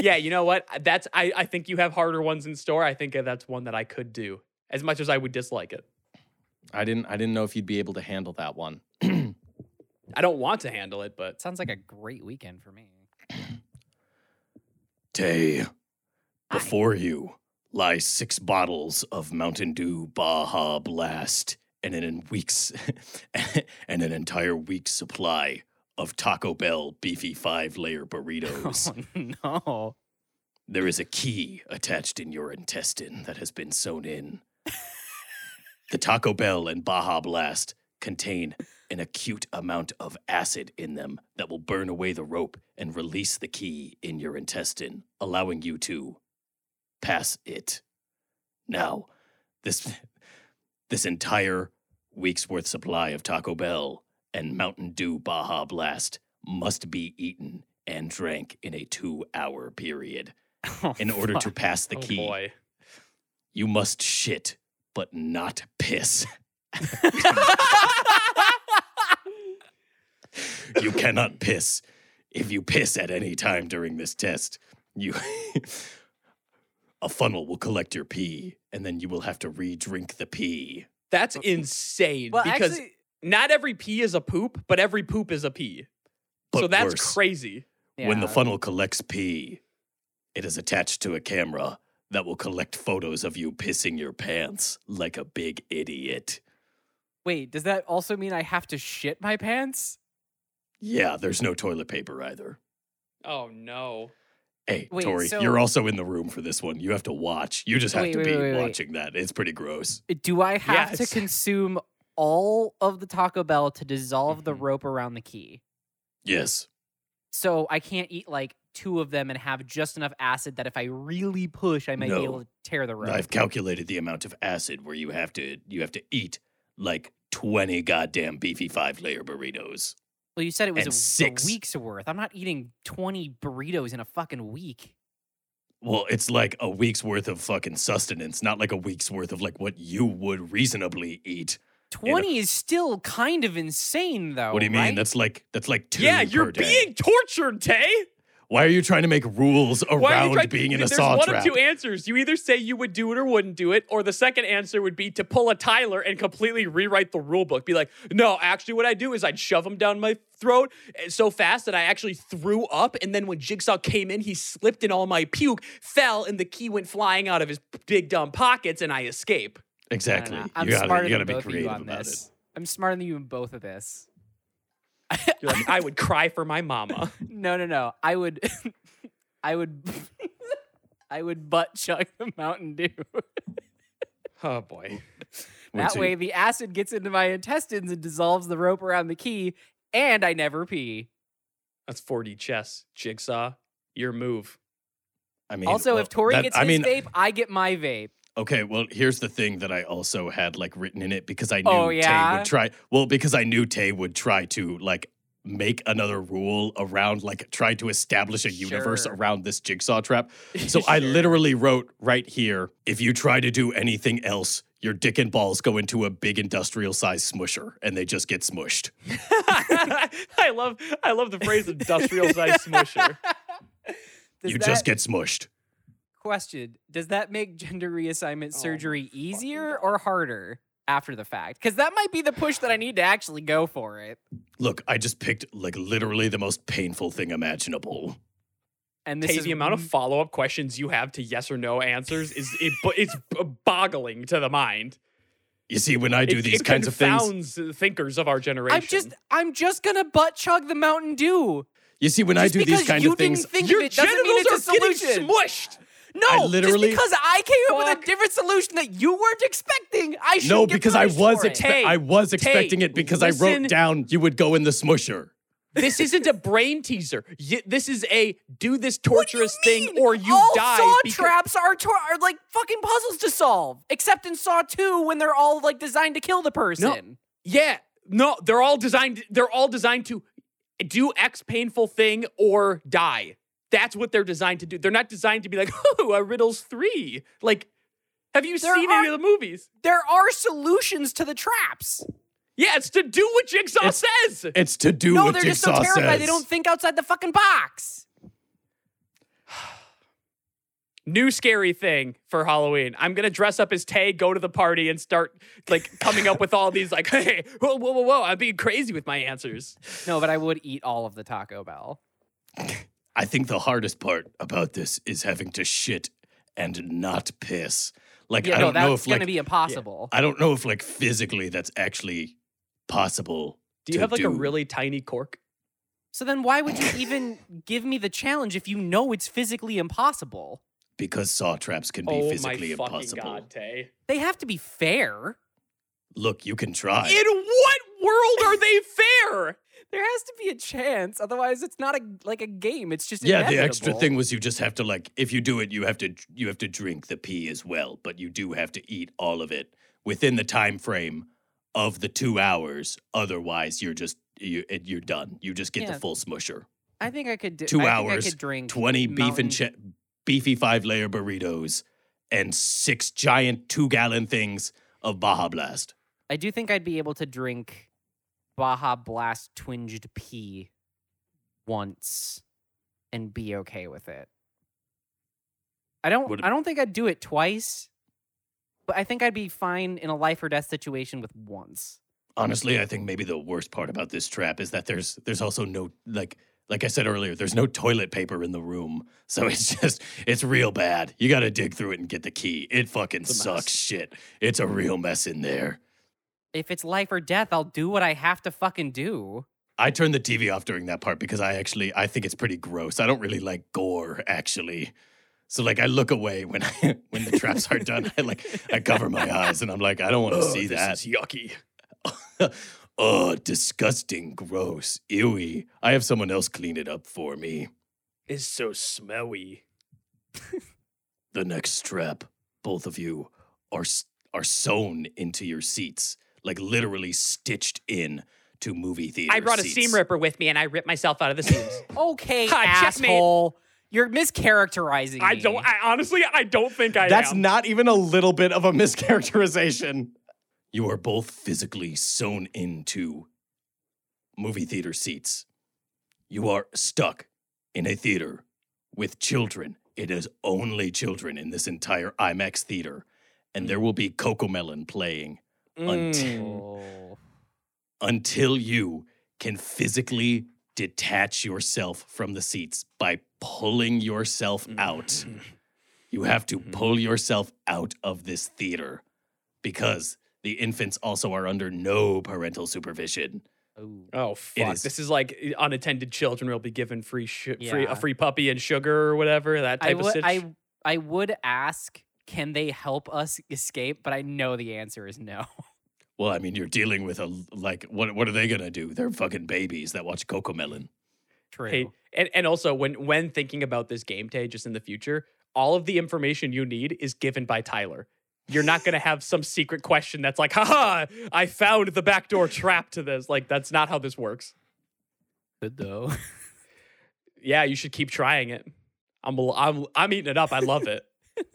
Speaker 2: yeah, you know what? That's I, I think you have harder ones in store. I think uh, that's one that I could do as much as I would dislike it.
Speaker 3: I didn't I didn't know if you'd be able to handle that one.
Speaker 2: I don't want to handle it, but
Speaker 1: sounds like a great weekend for me
Speaker 5: Tay, before you lie six bottles of Mountain Dew Baja Blast and an en- week's and an entire week's supply of Taco Bell beefy five-layer burritos.
Speaker 1: oh no
Speaker 5: There is a key attached in your intestine that has been sewn in. the Taco Bell and Baja Blast contain an acute amount of acid in them that will burn away the rope and release the key in your intestine, allowing you to pass it. Now, this this entire week's worth supply of Taco Bell and Mountain Dew Baja Blast must be eaten and drank in a 2-hour period
Speaker 1: Oh,
Speaker 5: in order to
Speaker 1: fuck.
Speaker 5: pass the
Speaker 2: oh
Speaker 5: key.
Speaker 2: boy.
Speaker 5: You must shit, but not piss. You cannot piss. If you piss at any time during this test, you a funnel will collect your pee, and then you will have to re-drink the pee.
Speaker 2: That's insane
Speaker 1: <laughs> Well,
Speaker 2: because
Speaker 1: actually,
Speaker 2: not every pee is a poop, but every poop is a pee.
Speaker 5: But
Speaker 2: so that's
Speaker 5: worse,
Speaker 2: crazy.
Speaker 5: When the
Speaker 1: yeah.
Speaker 5: funnel collects pee, it is attached to a camera that will collect photos of you pissing your pants like a big idiot.
Speaker 1: Wait, does that also mean I have to shit my pants?
Speaker 5: Yeah, there's no toilet paper either.
Speaker 2: Oh no.
Speaker 5: Hey,
Speaker 1: Wait,
Speaker 5: Tori,
Speaker 1: so-
Speaker 5: you're also in the room for this one. You have to watch. You just have
Speaker 1: Wait,
Speaker 5: to
Speaker 1: wait,
Speaker 5: be
Speaker 1: wait, wait, wait.
Speaker 5: watching that. It's pretty gross.
Speaker 1: Do I have
Speaker 2: Yes.
Speaker 5: <laughs>
Speaker 1: to consume all of the Taco Bell to dissolve the
Speaker 5: Mm-hmm.
Speaker 2: Mhm.
Speaker 1: rope around the key?
Speaker 5: Yes.
Speaker 1: So I can't eat like two of them and have just enough acid that if I really push, I might
Speaker 5: No.
Speaker 1: be able to tear the rope.
Speaker 5: I've calculated the amount of acid where you have to you have to eat like 20 goddamn beefy five layer burritos.
Speaker 1: well, you said it was
Speaker 5: and
Speaker 1: a, a
Speaker 5: six.
Speaker 1: week's worth. I'm not eating 20 burritos in a fucking week.
Speaker 5: Well, it's like a week's worth of fucking sustenance, not like a week's worth of like what you would reasonably eat.
Speaker 1: 20 is still kind of insane, though.
Speaker 5: what do you mean?
Speaker 1: right?
Speaker 5: That's like that's like two.
Speaker 2: yeah, you're
Speaker 5: per day.
Speaker 2: being tortured, Tay.
Speaker 5: Why are you trying to make rules
Speaker 2: Why are you
Speaker 5: around
Speaker 2: trying-
Speaker 5: being in a
Speaker 2: There's
Speaker 5: saw
Speaker 2: one
Speaker 5: trap?
Speaker 2: of two answers. You either say you would do it or wouldn't do it, or the second answer would be to pull a Tyler and completely rewrite the rule book. Be like, no, actually, what I do is I'd shove him down my throat eh, so fast that I actually threw up, and then when Jigsaw came in, he slipped in all my puke, fell, and the key went flying out of his big dumb pockets, and I escape.
Speaker 1: I don't
Speaker 5: Exactly.
Speaker 1: know.
Speaker 5: You
Speaker 1: I'm
Speaker 5: gotta,
Speaker 1: smarter
Speaker 5: you gotta
Speaker 1: than
Speaker 5: be
Speaker 1: both of you
Speaker 5: creative
Speaker 1: on
Speaker 5: about
Speaker 1: this.
Speaker 5: it.
Speaker 1: I'm smarter than you in both of this.
Speaker 2: You're like, I would cry for my
Speaker 5: <laughs>
Speaker 2: mama.
Speaker 1: No, no, no. I would, <laughs> I would, <laughs> I would butt chug the Mountain Dew.
Speaker 2: Oh boy.
Speaker 1: that
Speaker 5: Wait,
Speaker 1: way, the acid gets into my intestines and dissolves the rope around the key, and I never pee.
Speaker 2: That's 4D chess. Jigsaw, your move.
Speaker 5: I mean,
Speaker 1: also,
Speaker 5: well,
Speaker 1: if Tori
Speaker 5: that-
Speaker 1: gets
Speaker 5: I
Speaker 1: his
Speaker 5: mean,
Speaker 1: vape, I get my vape.
Speaker 5: Okay, well, here's the thing that I also had like written in it because I knew
Speaker 1: Oh,
Speaker 5: Tay
Speaker 1: yeah?
Speaker 5: would try. Well, because I knew Tay would try to like make another rule around like try to establish a universe
Speaker 1: Sure.
Speaker 5: around this jigsaw trap. So
Speaker 2: <laughs>
Speaker 5: I literally wrote right here: if you try to do anything else, your dick and balls go into a big industrial size smusher, and they just get smushed.
Speaker 2: <laughs> I love I love the phrase industrial size <laughs> smusher.
Speaker 1: <laughs> Does
Speaker 5: you
Speaker 1: that,
Speaker 5: just get smushed.
Speaker 1: question? Does that make gender reassignment
Speaker 2: Oh my
Speaker 1: surgery easier
Speaker 2: God.
Speaker 1: or harder after the fact? Because that might be the push that I need to actually go for it.
Speaker 5: Look, I just picked like literally the most painful thing imaginable.
Speaker 1: And this
Speaker 2: Tay,
Speaker 1: is
Speaker 2: the amount of follow up questions you have to yes or no answers is it, bo- it's b- boggling to the mind.
Speaker 5: You see, when I do
Speaker 2: It-
Speaker 5: these
Speaker 2: it
Speaker 5: kinds of things,
Speaker 2: confounds the thinkers of our generation.
Speaker 1: I'm just I'm just gonna butt chug the Mountain Dew.
Speaker 5: you see, when I
Speaker 1: Just
Speaker 5: do these
Speaker 1: because
Speaker 5: kinds
Speaker 1: you
Speaker 5: of things,
Speaker 1: didn't think
Speaker 2: your
Speaker 1: of it doesn't mean
Speaker 2: genitals
Speaker 1: it's a
Speaker 2: are getting
Speaker 1: solution.
Speaker 2: smushed.
Speaker 1: no,
Speaker 5: I
Speaker 1: just
Speaker 5: literally-
Speaker 1: because I came up with
Speaker 2: Fuck.
Speaker 1: a different solution that you weren't expecting, I should
Speaker 5: No, because I was
Speaker 1: it.
Speaker 5: expe-
Speaker 2: Tay,
Speaker 5: I was expecting it because I
Speaker 2: listen-
Speaker 5: wrote down you would go in the smusher.
Speaker 2: This isn't a brain teaser. Y- this is a do this torturous thing
Speaker 1: mean?
Speaker 2: or you
Speaker 1: all
Speaker 2: die.
Speaker 1: Saw
Speaker 2: because-
Speaker 1: traps are, tor- are like fucking puzzles to solve, except in Saw Two when they're all like designed to kill the person.
Speaker 2: Yeah. No, they're all designed they're all designed to do X painful thing or die. That's what they're designed to do. They're not designed to be like, <laughs> oh, a riddle's three. Like, have you
Speaker 1: There
Speaker 2: seen any
Speaker 1: are-
Speaker 2: of the movies?
Speaker 1: There are solutions to the traps.
Speaker 2: Yeah, it's to do what Jigsaw
Speaker 5: It's-
Speaker 2: says.
Speaker 5: It's to do
Speaker 1: no,
Speaker 5: what
Speaker 1: they're just so
Speaker 5: Jigsaw
Speaker 1: terrified
Speaker 5: says.
Speaker 1: they don't think outside the fucking box.
Speaker 2: New scary thing for Halloween. I'm gonna dress up as Tay, go to the party, and start like coming up with all these like, <laughs> hey, whoa, whoa, whoa, whoa. I'm being crazy with my answers.
Speaker 1: No, but I would eat all of the Taco Bell.
Speaker 5: I think the hardest part about this is having to shit and not piss. Like
Speaker 1: Yeah,
Speaker 5: I
Speaker 1: no,
Speaker 5: don't
Speaker 1: that's
Speaker 5: know if
Speaker 1: gonna
Speaker 5: like
Speaker 1: be impossible.
Speaker 5: I don't know if like physically that's actually possible.
Speaker 2: Do you
Speaker 5: to
Speaker 2: have like
Speaker 5: do.
Speaker 2: a really tiny cork?
Speaker 1: So then why would you even <laughs> give me the challenge if you know it's physically impossible?
Speaker 5: because saw traps can be
Speaker 2: oh
Speaker 5: physically
Speaker 2: my fucking
Speaker 5: impossible.
Speaker 2: god, Tay.
Speaker 1: They have to be fair.
Speaker 5: Look, you can try.
Speaker 2: In what world are they fair?
Speaker 1: There has to be a chance, otherwise it's not a like a game. It's just
Speaker 5: yeah, the extra
Speaker 1: inevitable.
Speaker 5: thing was you just have to like if you do it, you have to you have to drink the pee as well, but you do have to eat all of it within the time frame of the two hours. Otherwise, you're just you it- you're done. You just get
Speaker 1: Yeah.
Speaker 5: the full smusher.
Speaker 1: I think I could do.
Speaker 5: Two
Speaker 1: I
Speaker 5: hours,
Speaker 1: Think I could drink
Speaker 5: Twenty beef
Speaker 1: Mountain-
Speaker 5: and che- beefy five layer burritos and six giant two gallon things of Baja Blast.
Speaker 1: I do think I'd be able to drink Baja Blast twinged pee.
Speaker 5: Would-
Speaker 1: I don't think I'd do it twice, but I think I'd be fine in a life or death situation with once.
Speaker 5: Honestly, I think maybe the worst part about this trap is that there's there's also no like like I said earlier, there's no toilet paper in the room. So <laughs> it's just it's real bad. You got to dig through it and get the key. It fucking
Speaker 2: It's a
Speaker 5: sucks
Speaker 2: mess.
Speaker 5: shit. It's a real mess in there.
Speaker 1: If it's life or death, I'll do what I have to fucking do.
Speaker 5: I turned the TV off during that part because I actually I think it's pretty gross. I don't really like gore actually. So like I look away when I <laughs> when the traps are done. I like I cover my eyes and I'm like I don't want to see
Speaker 2: Oh, this
Speaker 5: that.
Speaker 2: is yucky.
Speaker 5: oh, disgusting, gross, ewy. I have someone else clean it up for me.
Speaker 2: It's so smelly.
Speaker 5: The next trap, both of you are s- are sewn into your seats, like literally stitched in to movie theater.
Speaker 2: I brought a
Speaker 5: seats.
Speaker 2: seam ripper with me and I ripped myself out of the
Speaker 5: <laughs>
Speaker 2: seams.
Speaker 1: Okay,
Speaker 2: Ha, checkmate.
Speaker 1: asshole. You're mischaracterizing.
Speaker 2: I
Speaker 1: me.
Speaker 2: don't I honestly I don't think I
Speaker 3: That's
Speaker 2: am.
Speaker 3: not even a little bit of a <laughs> mischaracterization.
Speaker 5: You are both physically sewn into movie theater seats. You are stuck in a theater with children. It is only children in this entire IMAX theater, and there will be Cocomelon playing
Speaker 2: Mm.
Speaker 5: until-
Speaker 1: Oh.
Speaker 5: until you can physically detach yourself from the seats by pulling yourself out. You have to
Speaker 2: Mhm.
Speaker 5: pull yourself out of this theater because the infants also are under no parental supervision.
Speaker 1: Ooh.
Speaker 2: Oh fuck!
Speaker 5: is-
Speaker 2: This is like uh, unattended children will be given free sh- free
Speaker 1: Yeah.
Speaker 2: a free puppy and sugar or whatever that
Speaker 1: I
Speaker 2: type of
Speaker 1: would
Speaker 2: shit.
Speaker 1: I I would ask, can they help us escape? But I know the answer is no. <laughs>
Speaker 5: Well, I mean, you're dealing with a like what what are they going to do? They're fucking babies that watch Cocomelon.
Speaker 1: True.
Speaker 2: Hey, and, and also when when thinking about this game day just in the future, all of the information you need is given by Tyler. You're not gonna have some secret question that's like, haha, I found the backdoor trap to this. Like that's not how this works.
Speaker 1: Good though. <laughs>
Speaker 2: Yeah, you should keep trying it. I'm I'm I'm eating it up. I
Speaker 1: <laughs>
Speaker 2: love it.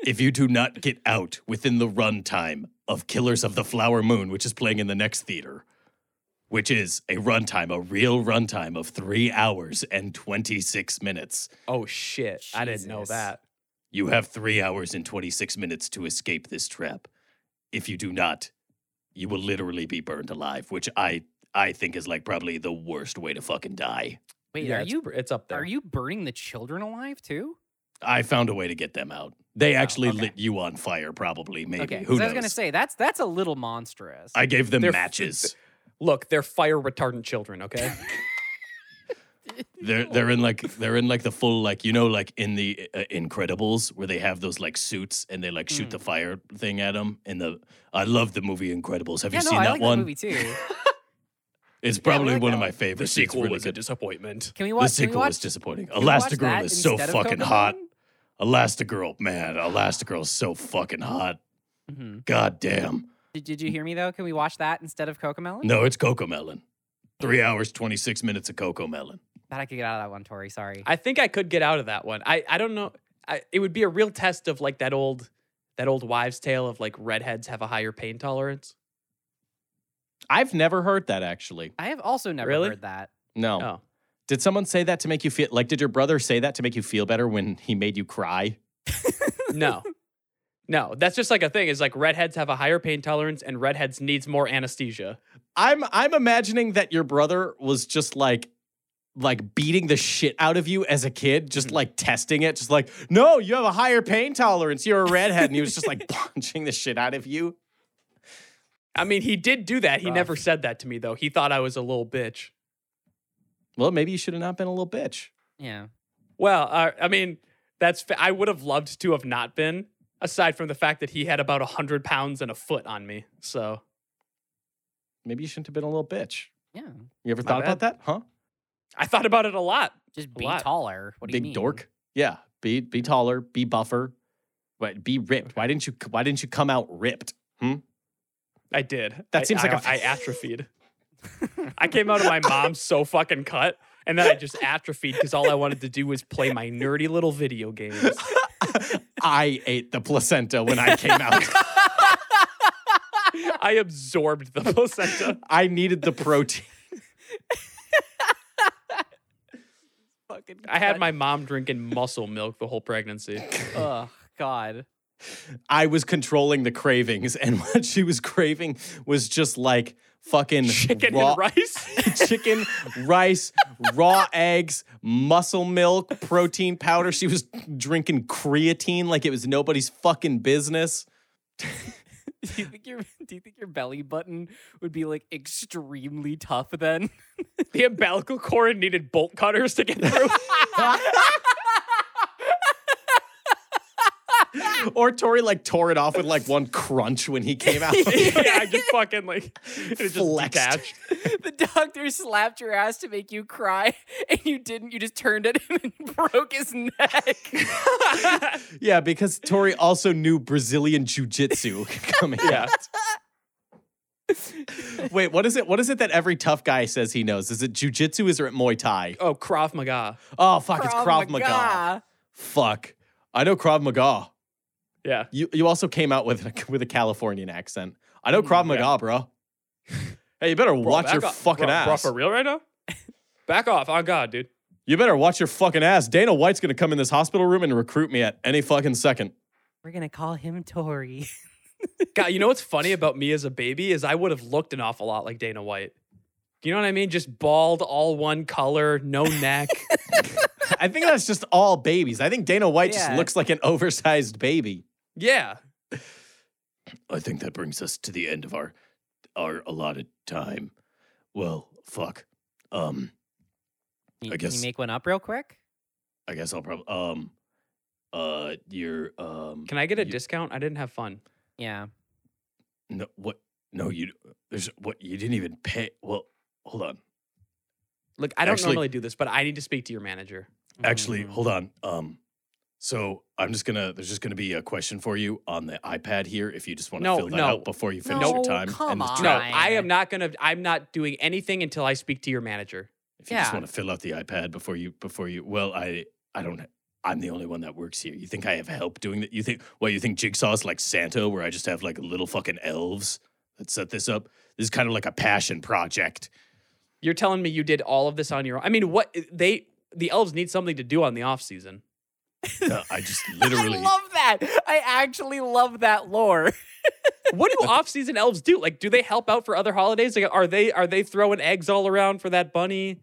Speaker 5: if you do not get out within the runtime of Killers of the Flower Moon, which is playing in the next theater, which is a runtime, a real runtime of three hours and 26 minutes,
Speaker 2: Oh shit! I didn't know
Speaker 1: Jesus.
Speaker 2: that.
Speaker 5: you have three hours and 26 minutes to escape this trap. If you do not, you will literally be burned alive, which I, I think is like probably the worst way to fucking die.
Speaker 1: Wait,
Speaker 2: yeah,
Speaker 1: are
Speaker 2: it's,
Speaker 1: you
Speaker 2: It's up there.
Speaker 1: are you burning the children alive too?
Speaker 5: I found a way to get them out. They actually
Speaker 1: Oh, okay.
Speaker 5: lit you on fire, probably, maybe.
Speaker 1: okay,
Speaker 5: Who
Speaker 1: 'cause
Speaker 5: knows?
Speaker 1: I was gonna say that's that's a little monstrous.
Speaker 5: I gave them
Speaker 2: They're f-
Speaker 5: matches.
Speaker 2: Look, they're fire retardant
Speaker 1: <laughs>
Speaker 2: children. Okay.
Speaker 5: They're they're in like they're in like the full like you know like in the uh, Incredibles where they have those like suits and they like
Speaker 1: Mm.
Speaker 5: shoot the fire thing at them in the I love the movie Incredibles. Have
Speaker 1: yeah,
Speaker 5: you
Speaker 1: no,
Speaker 5: seen
Speaker 1: I
Speaker 5: that
Speaker 1: like
Speaker 5: one?
Speaker 1: that movie too.
Speaker 5: It's probably
Speaker 1: like
Speaker 5: one
Speaker 1: that
Speaker 5: of
Speaker 1: one.
Speaker 5: my
Speaker 2: the
Speaker 5: favorites. It's
Speaker 2: sequel
Speaker 5: really
Speaker 2: was a
Speaker 5: good.
Speaker 2: disappointment.
Speaker 1: <laughs> Can we
Speaker 5: The
Speaker 1: watch? can we
Speaker 5: sequel
Speaker 1: watch
Speaker 5: was disappointing.
Speaker 1: can we watch that
Speaker 5: Elastigirl is so
Speaker 1: instead of
Speaker 5: fucking hot.
Speaker 1: Cocomelon?
Speaker 5: Elastigirl, man, Elastigirl is so fucking hot.
Speaker 1: Mhm.
Speaker 5: God damn.
Speaker 1: Did, did you hear me though? Can we watch that instead of Cocomelon?
Speaker 5: No, it's Cocomelon. Three hours twenty six minutes of Cocomelon.
Speaker 1: Thought I could get out of that one, Tori. Sorry.
Speaker 2: I think I could get out of that one. I, I don't know. I, it would be a real test of like that old that old wives' tale of like redheads have a higher pain tolerance.
Speaker 3: I've never heard that actually.
Speaker 1: I have also never
Speaker 2: Really?
Speaker 1: heard that.
Speaker 3: No.
Speaker 2: Oh,
Speaker 3: Did someone say that to make you feel like did your brother say that to make you feel better when he made you cry?
Speaker 1: <laughs>
Speaker 2: no, no. That's just like a thing. Is like redheads have a higher pain tolerance and redheads needs more anesthesia.
Speaker 3: I'm I'm imagining that your brother was just like like beating the shit out of you as a kid, just
Speaker 2: Mhm.
Speaker 3: like testing it, just like, no, you have a higher pain tolerance. You're a redhead. And he was just like <laughs> punching the shit out of you.
Speaker 2: I mean, he did do that. He
Speaker 1: Rough.
Speaker 2: never said that to me though. He thought I was a little bitch.
Speaker 3: Well, maybe you should have not been a little bitch.
Speaker 1: Yeah.
Speaker 2: Well, uh, I mean, that's fa- I would have loved to have not been. Aside from the fact that he had about hundred pounds and a foot on me, so
Speaker 3: Maybe you shouldn't have been a little bitch.
Speaker 1: Yeah.
Speaker 3: You ever
Speaker 2: My
Speaker 3: thought about that? Huh?
Speaker 2: I thought about it a lot.
Speaker 1: Just
Speaker 2: A
Speaker 1: be
Speaker 2: lot.
Speaker 1: taller. What do you
Speaker 3: Big
Speaker 1: mean?
Speaker 3: dork. Yeah. Be be taller, be buffer, but be ripped. Why didn't you why didn't you come out ripped?
Speaker 2: I did.
Speaker 3: That
Speaker 2: I-
Speaker 3: seems like
Speaker 2: I- I
Speaker 3: a- <laughs>
Speaker 2: atrophied. I came out of my mom so fucking cut, and then I just atrophied because all I wanted to do was play my nerdy little video
Speaker 3: <laughs>
Speaker 2: games.
Speaker 3: I ate the placenta when I came out.
Speaker 2: I absorbed the placenta.
Speaker 3: I needed the protein.
Speaker 1: <laughs> fucking.
Speaker 2: I had
Speaker 1: gut. <laughs>
Speaker 2: my mom drinking muscle milk the whole
Speaker 3: <laughs>
Speaker 2: pregnancy.
Speaker 1: Oh God. <laughs>
Speaker 3: I was controlling the cravings, and <laughs> what she was craving was just like fucking
Speaker 2: Chicken
Speaker 3: raw,
Speaker 2: and rice. <laughs>
Speaker 3: <laughs> chicken, rice, raw eggs, muscle milk, protein powder. She was drinking creatine like it was nobody's fucking business.
Speaker 1: Do you think your Do you think your belly button would be like extremely tough then? <laughs>
Speaker 2: the umbilical cord needed bolt cutters to get through.
Speaker 3: Or Tori like tore it off with like one crunch when he
Speaker 2: <laughs>
Speaker 3: came out. <laughs>
Speaker 2: yeah, I just fucking like it just
Speaker 3: Flexed. <laughs>
Speaker 2: detached.
Speaker 1: the doctor slapped your ass to make you cry, <laughs> and you didn't. You just turned at him <laughs> and broke his
Speaker 2: <laughs>
Speaker 1: neck.
Speaker 3: yeah, because Tori also knew Brazilian jiu-jitsu <laughs> coming
Speaker 2: Yeah.
Speaker 3: out. Wait, what is it? What is it that every tough guy says he knows? Is it jiu-jitsu? Is it Muay Thai?
Speaker 2: Oh, Krav Maga.
Speaker 3: Oh fuck, it's Krav Maga. Fuck. I know Krav Maga.
Speaker 2: Yeah.
Speaker 3: You you also came out with a, with a Californian accent. I know Krav
Speaker 2: Mm, yeah.
Speaker 3: Maga, bro. Hey, you better watch
Speaker 2: Back
Speaker 3: your
Speaker 2: off.
Speaker 3: fucking
Speaker 2: Bro, bro,
Speaker 3: ass.
Speaker 2: for real right now? <laughs> Back off. On God, dude.
Speaker 3: you better watch your fucking ass. Dana White's gonna come in this hospital room and recruit me at any fucking second.
Speaker 1: We're gonna call him Tori.
Speaker 2: God, you know what's funny about me as a baby is I would have looked an awful lot like Dana White. You know what I mean? Just bald, all one color,
Speaker 3: <laughs>
Speaker 2: no neck.
Speaker 3: I think that's just all babies. I think Dana White just
Speaker 1: Yeah.
Speaker 3: looks like an <laughs> oversized baby.
Speaker 2: yeah.
Speaker 5: I think that brings us to the end of our our allotted time. Well, fuck. Um,
Speaker 1: You,
Speaker 5: I
Speaker 1: Can
Speaker 5: guess-
Speaker 1: you make one up real quick?
Speaker 5: I guess I'll probably um, uh, your um.
Speaker 2: Can I get a
Speaker 5: You-
Speaker 2: discount? I didn't have fun.
Speaker 1: Yeah.
Speaker 5: No, what? No, you. There's what you didn't even pay. Well, hold on.
Speaker 2: Look, I don't
Speaker 5: Actually-
Speaker 2: normally do this, but I need to speak to your manager.
Speaker 5: Actually,
Speaker 1: Mm.
Speaker 5: hold on. Um, so I'm just gonna. There's just gonna be a question for you on the iPad here. If you just want to
Speaker 2: No,
Speaker 5: fill that
Speaker 2: no.
Speaker 5: out before you finish
Speaker 1: No,
Speaker 5: your time.
Speaker 1: come
Speaker 5: and the
Speaker 1: on.
Speaker 2: No,
Speaker 5: track.
Speaker 1: Fine.
Speaker 2: I am not gonna. I'm not doing anything until I speak to your manager.
Speaker 5: If you just
Speaker 1: Yeah.
Speaker 5: want to fill out the iPad before you before you. Well, I I don't. I'm the only one that works here. You think I have help doing that? You think? Well, you think Jigsaw is like Santa, where I just have like little fucking elves that set this up. This is kind of like a
Speaker 1: <laughs>
Speaker 5: passion project.
Speaker 2: You're telling me you did all of this on your own. I mean, what they the elves need something to do on the off season.
Speaker 5: Uh, I just
Speaker 1: <laughs>
Speaker 5: literally.
Speaker 1: I love that. I actually love that lore.
Speaker 2: What
Speaker 3: <laughs>
Speaker 2: do off season elves do? Like, do they help out for other holidays? Like, are they are they throwing eggs all around for that bunny?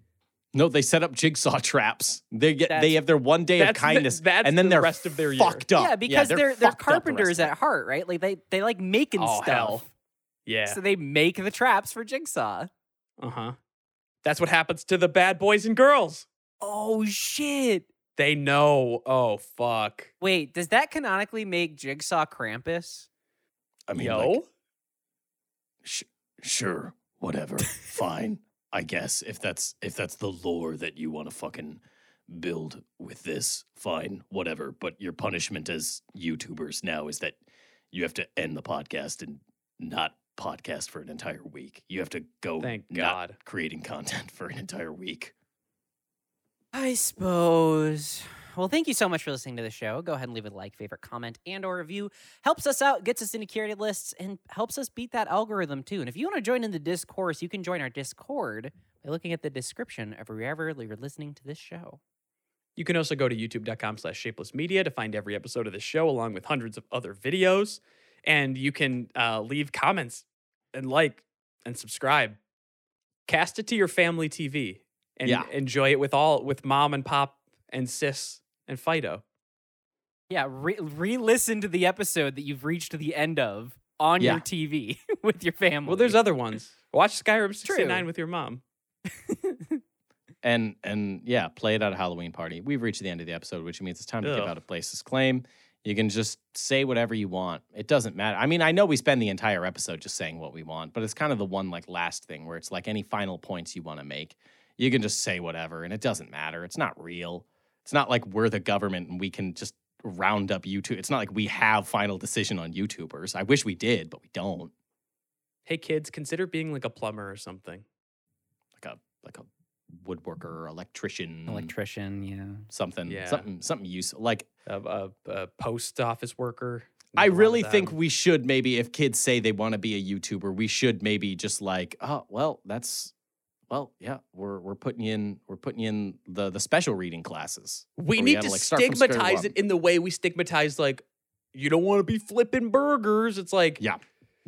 Speaker 3: No, they set up jigsaw traps. They get
Speaker 1: That's-
Speaker 3: they have their one day of
Speaker 2: That's the-
Speaker 3: kindness,
Speaker 2: that's
Speaker 3: and then
Speaker 2: the
Speaker 3: they're
Speaker 2: rest of their year.
Speaker 3: fucked up.
Speaker 1: Yeah, because they're they're,
Speaker 3: fucked up the
Speaker 1: carpenters
Speaker 3: rest of
Speaker 1: at heart, right? Like they they like making
Speaker 2: Oh,
Speaker 1: stuff.
Speaker 2: hell. Yeah.
Speaker 1: So they make the traps for Jigsaw.
Speaker 2: Uh huh. That's what happens to the bad boys and girls.
Speaker 1: Oh shit.
Speaker 2: They know. Oh fuck.
Speaker 1: Wait, does that canonically make Jigsaw Krampus?
Speaker 5: I mean,
Speaker 2: Yo.
Speaker 5: like, sure whatever fine i guess if that's if that's the lore that you want to fucking build with this fine whatever but your punishment as youtubers now is that you have to end the podcast and not podcast for an entire week you have to go
Speaker 2: Thank
Speaker 5: not
Speaker 2: God.
Speaker 5: creating content for an entire week
Speaker 1: I suppose. Well, thank you so much for listening to the show. Go ahead and leave a like, favorite, comment, and or review. Helps us out, gets us into curated lists, and helps us beat that algorithm too. And if you want to join in the discourse, you can join our Discord by looking at the description of wherever you're listening to this show.
Speaker 2: You can also go to youtube.com slash shapeless media to find every episode of the show along with hundreds of other videos. And you can uh, leave comments and like and subscribe. Cast it to your family TV and
Speaker 3: Yeah.
Speaker 2: enjoy it with all with mom and pop and sis and Fido.
Speaker 1: Yeah, re- re-listen to the episode that you've reached the end of on
Speaker 3: Yeah.
Speaker 1: your TV <laughs> with your family.
Speaker 3: Mm,
Speaker 2: Well, there's other ones. Watch Skyrim 69
Speaker 1: True.
Speaker 2: with your mom.
Speaker 3: and and yeah, play it at a Halloween party. We've reached the end of the episode, which means it's time to give
Speaker 2: Ugh.
Speaker 3: out a place's claim. You can just say whatever you want. It doesn't matter. I mean, I know we spend the entire episode just saying what we want, but it's kind of the one like last thing where it's like any final points you want to make, you can just say whatever, and it doesn't matter. It's not real. It's not like we're the government and we can just round up YouTube. It's not like we have final decision on YouTubers. I wish we did, but we don't.
Speaker 2: Hey kids, consider being like a plumber or something.
Speaker 3: Like a like a woodworker, electrician,
Speaker 2: um,
Speaker 1: electrician, yeah.
Speaker 3: something,
Speaker 2: Mm. Yeah.
Speaker 3: something, something useful. Like
Speaker 2: A, a, a post office worker.
Speaker 3: I
Speaker 2: Need a lot
Speaker 3: really
Speaker 2: of
Speaker 3: think
Speaker 2: them.
Speaker 3: we should maybe, if kids say they want to be a YouTuber, we should maybe just like, oh, well, that's well, yeah, we're we're putting you in we're putting you in the the special reading classes.
Speaker 2: We
Speaker 3: Or we
Speaker 2: need
Speaker 3: gotta,
Speaker 2: to
Speaker 3: like, start from square
Speaker 2: stigmatize
Speaker 3: one.
Speaker 2: it in the way we stigmatize like you don't want to be flipping burgers. It's like
Speaker 3: Yeah.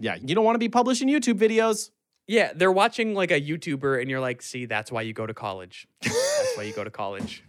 Speaker 3: Yeah, you don't want to be publishing YouTube videos.
Speaker 2: yeah, they're watching like a YouTuber and you're like, "See, that's why you go to college. That's why you go to college."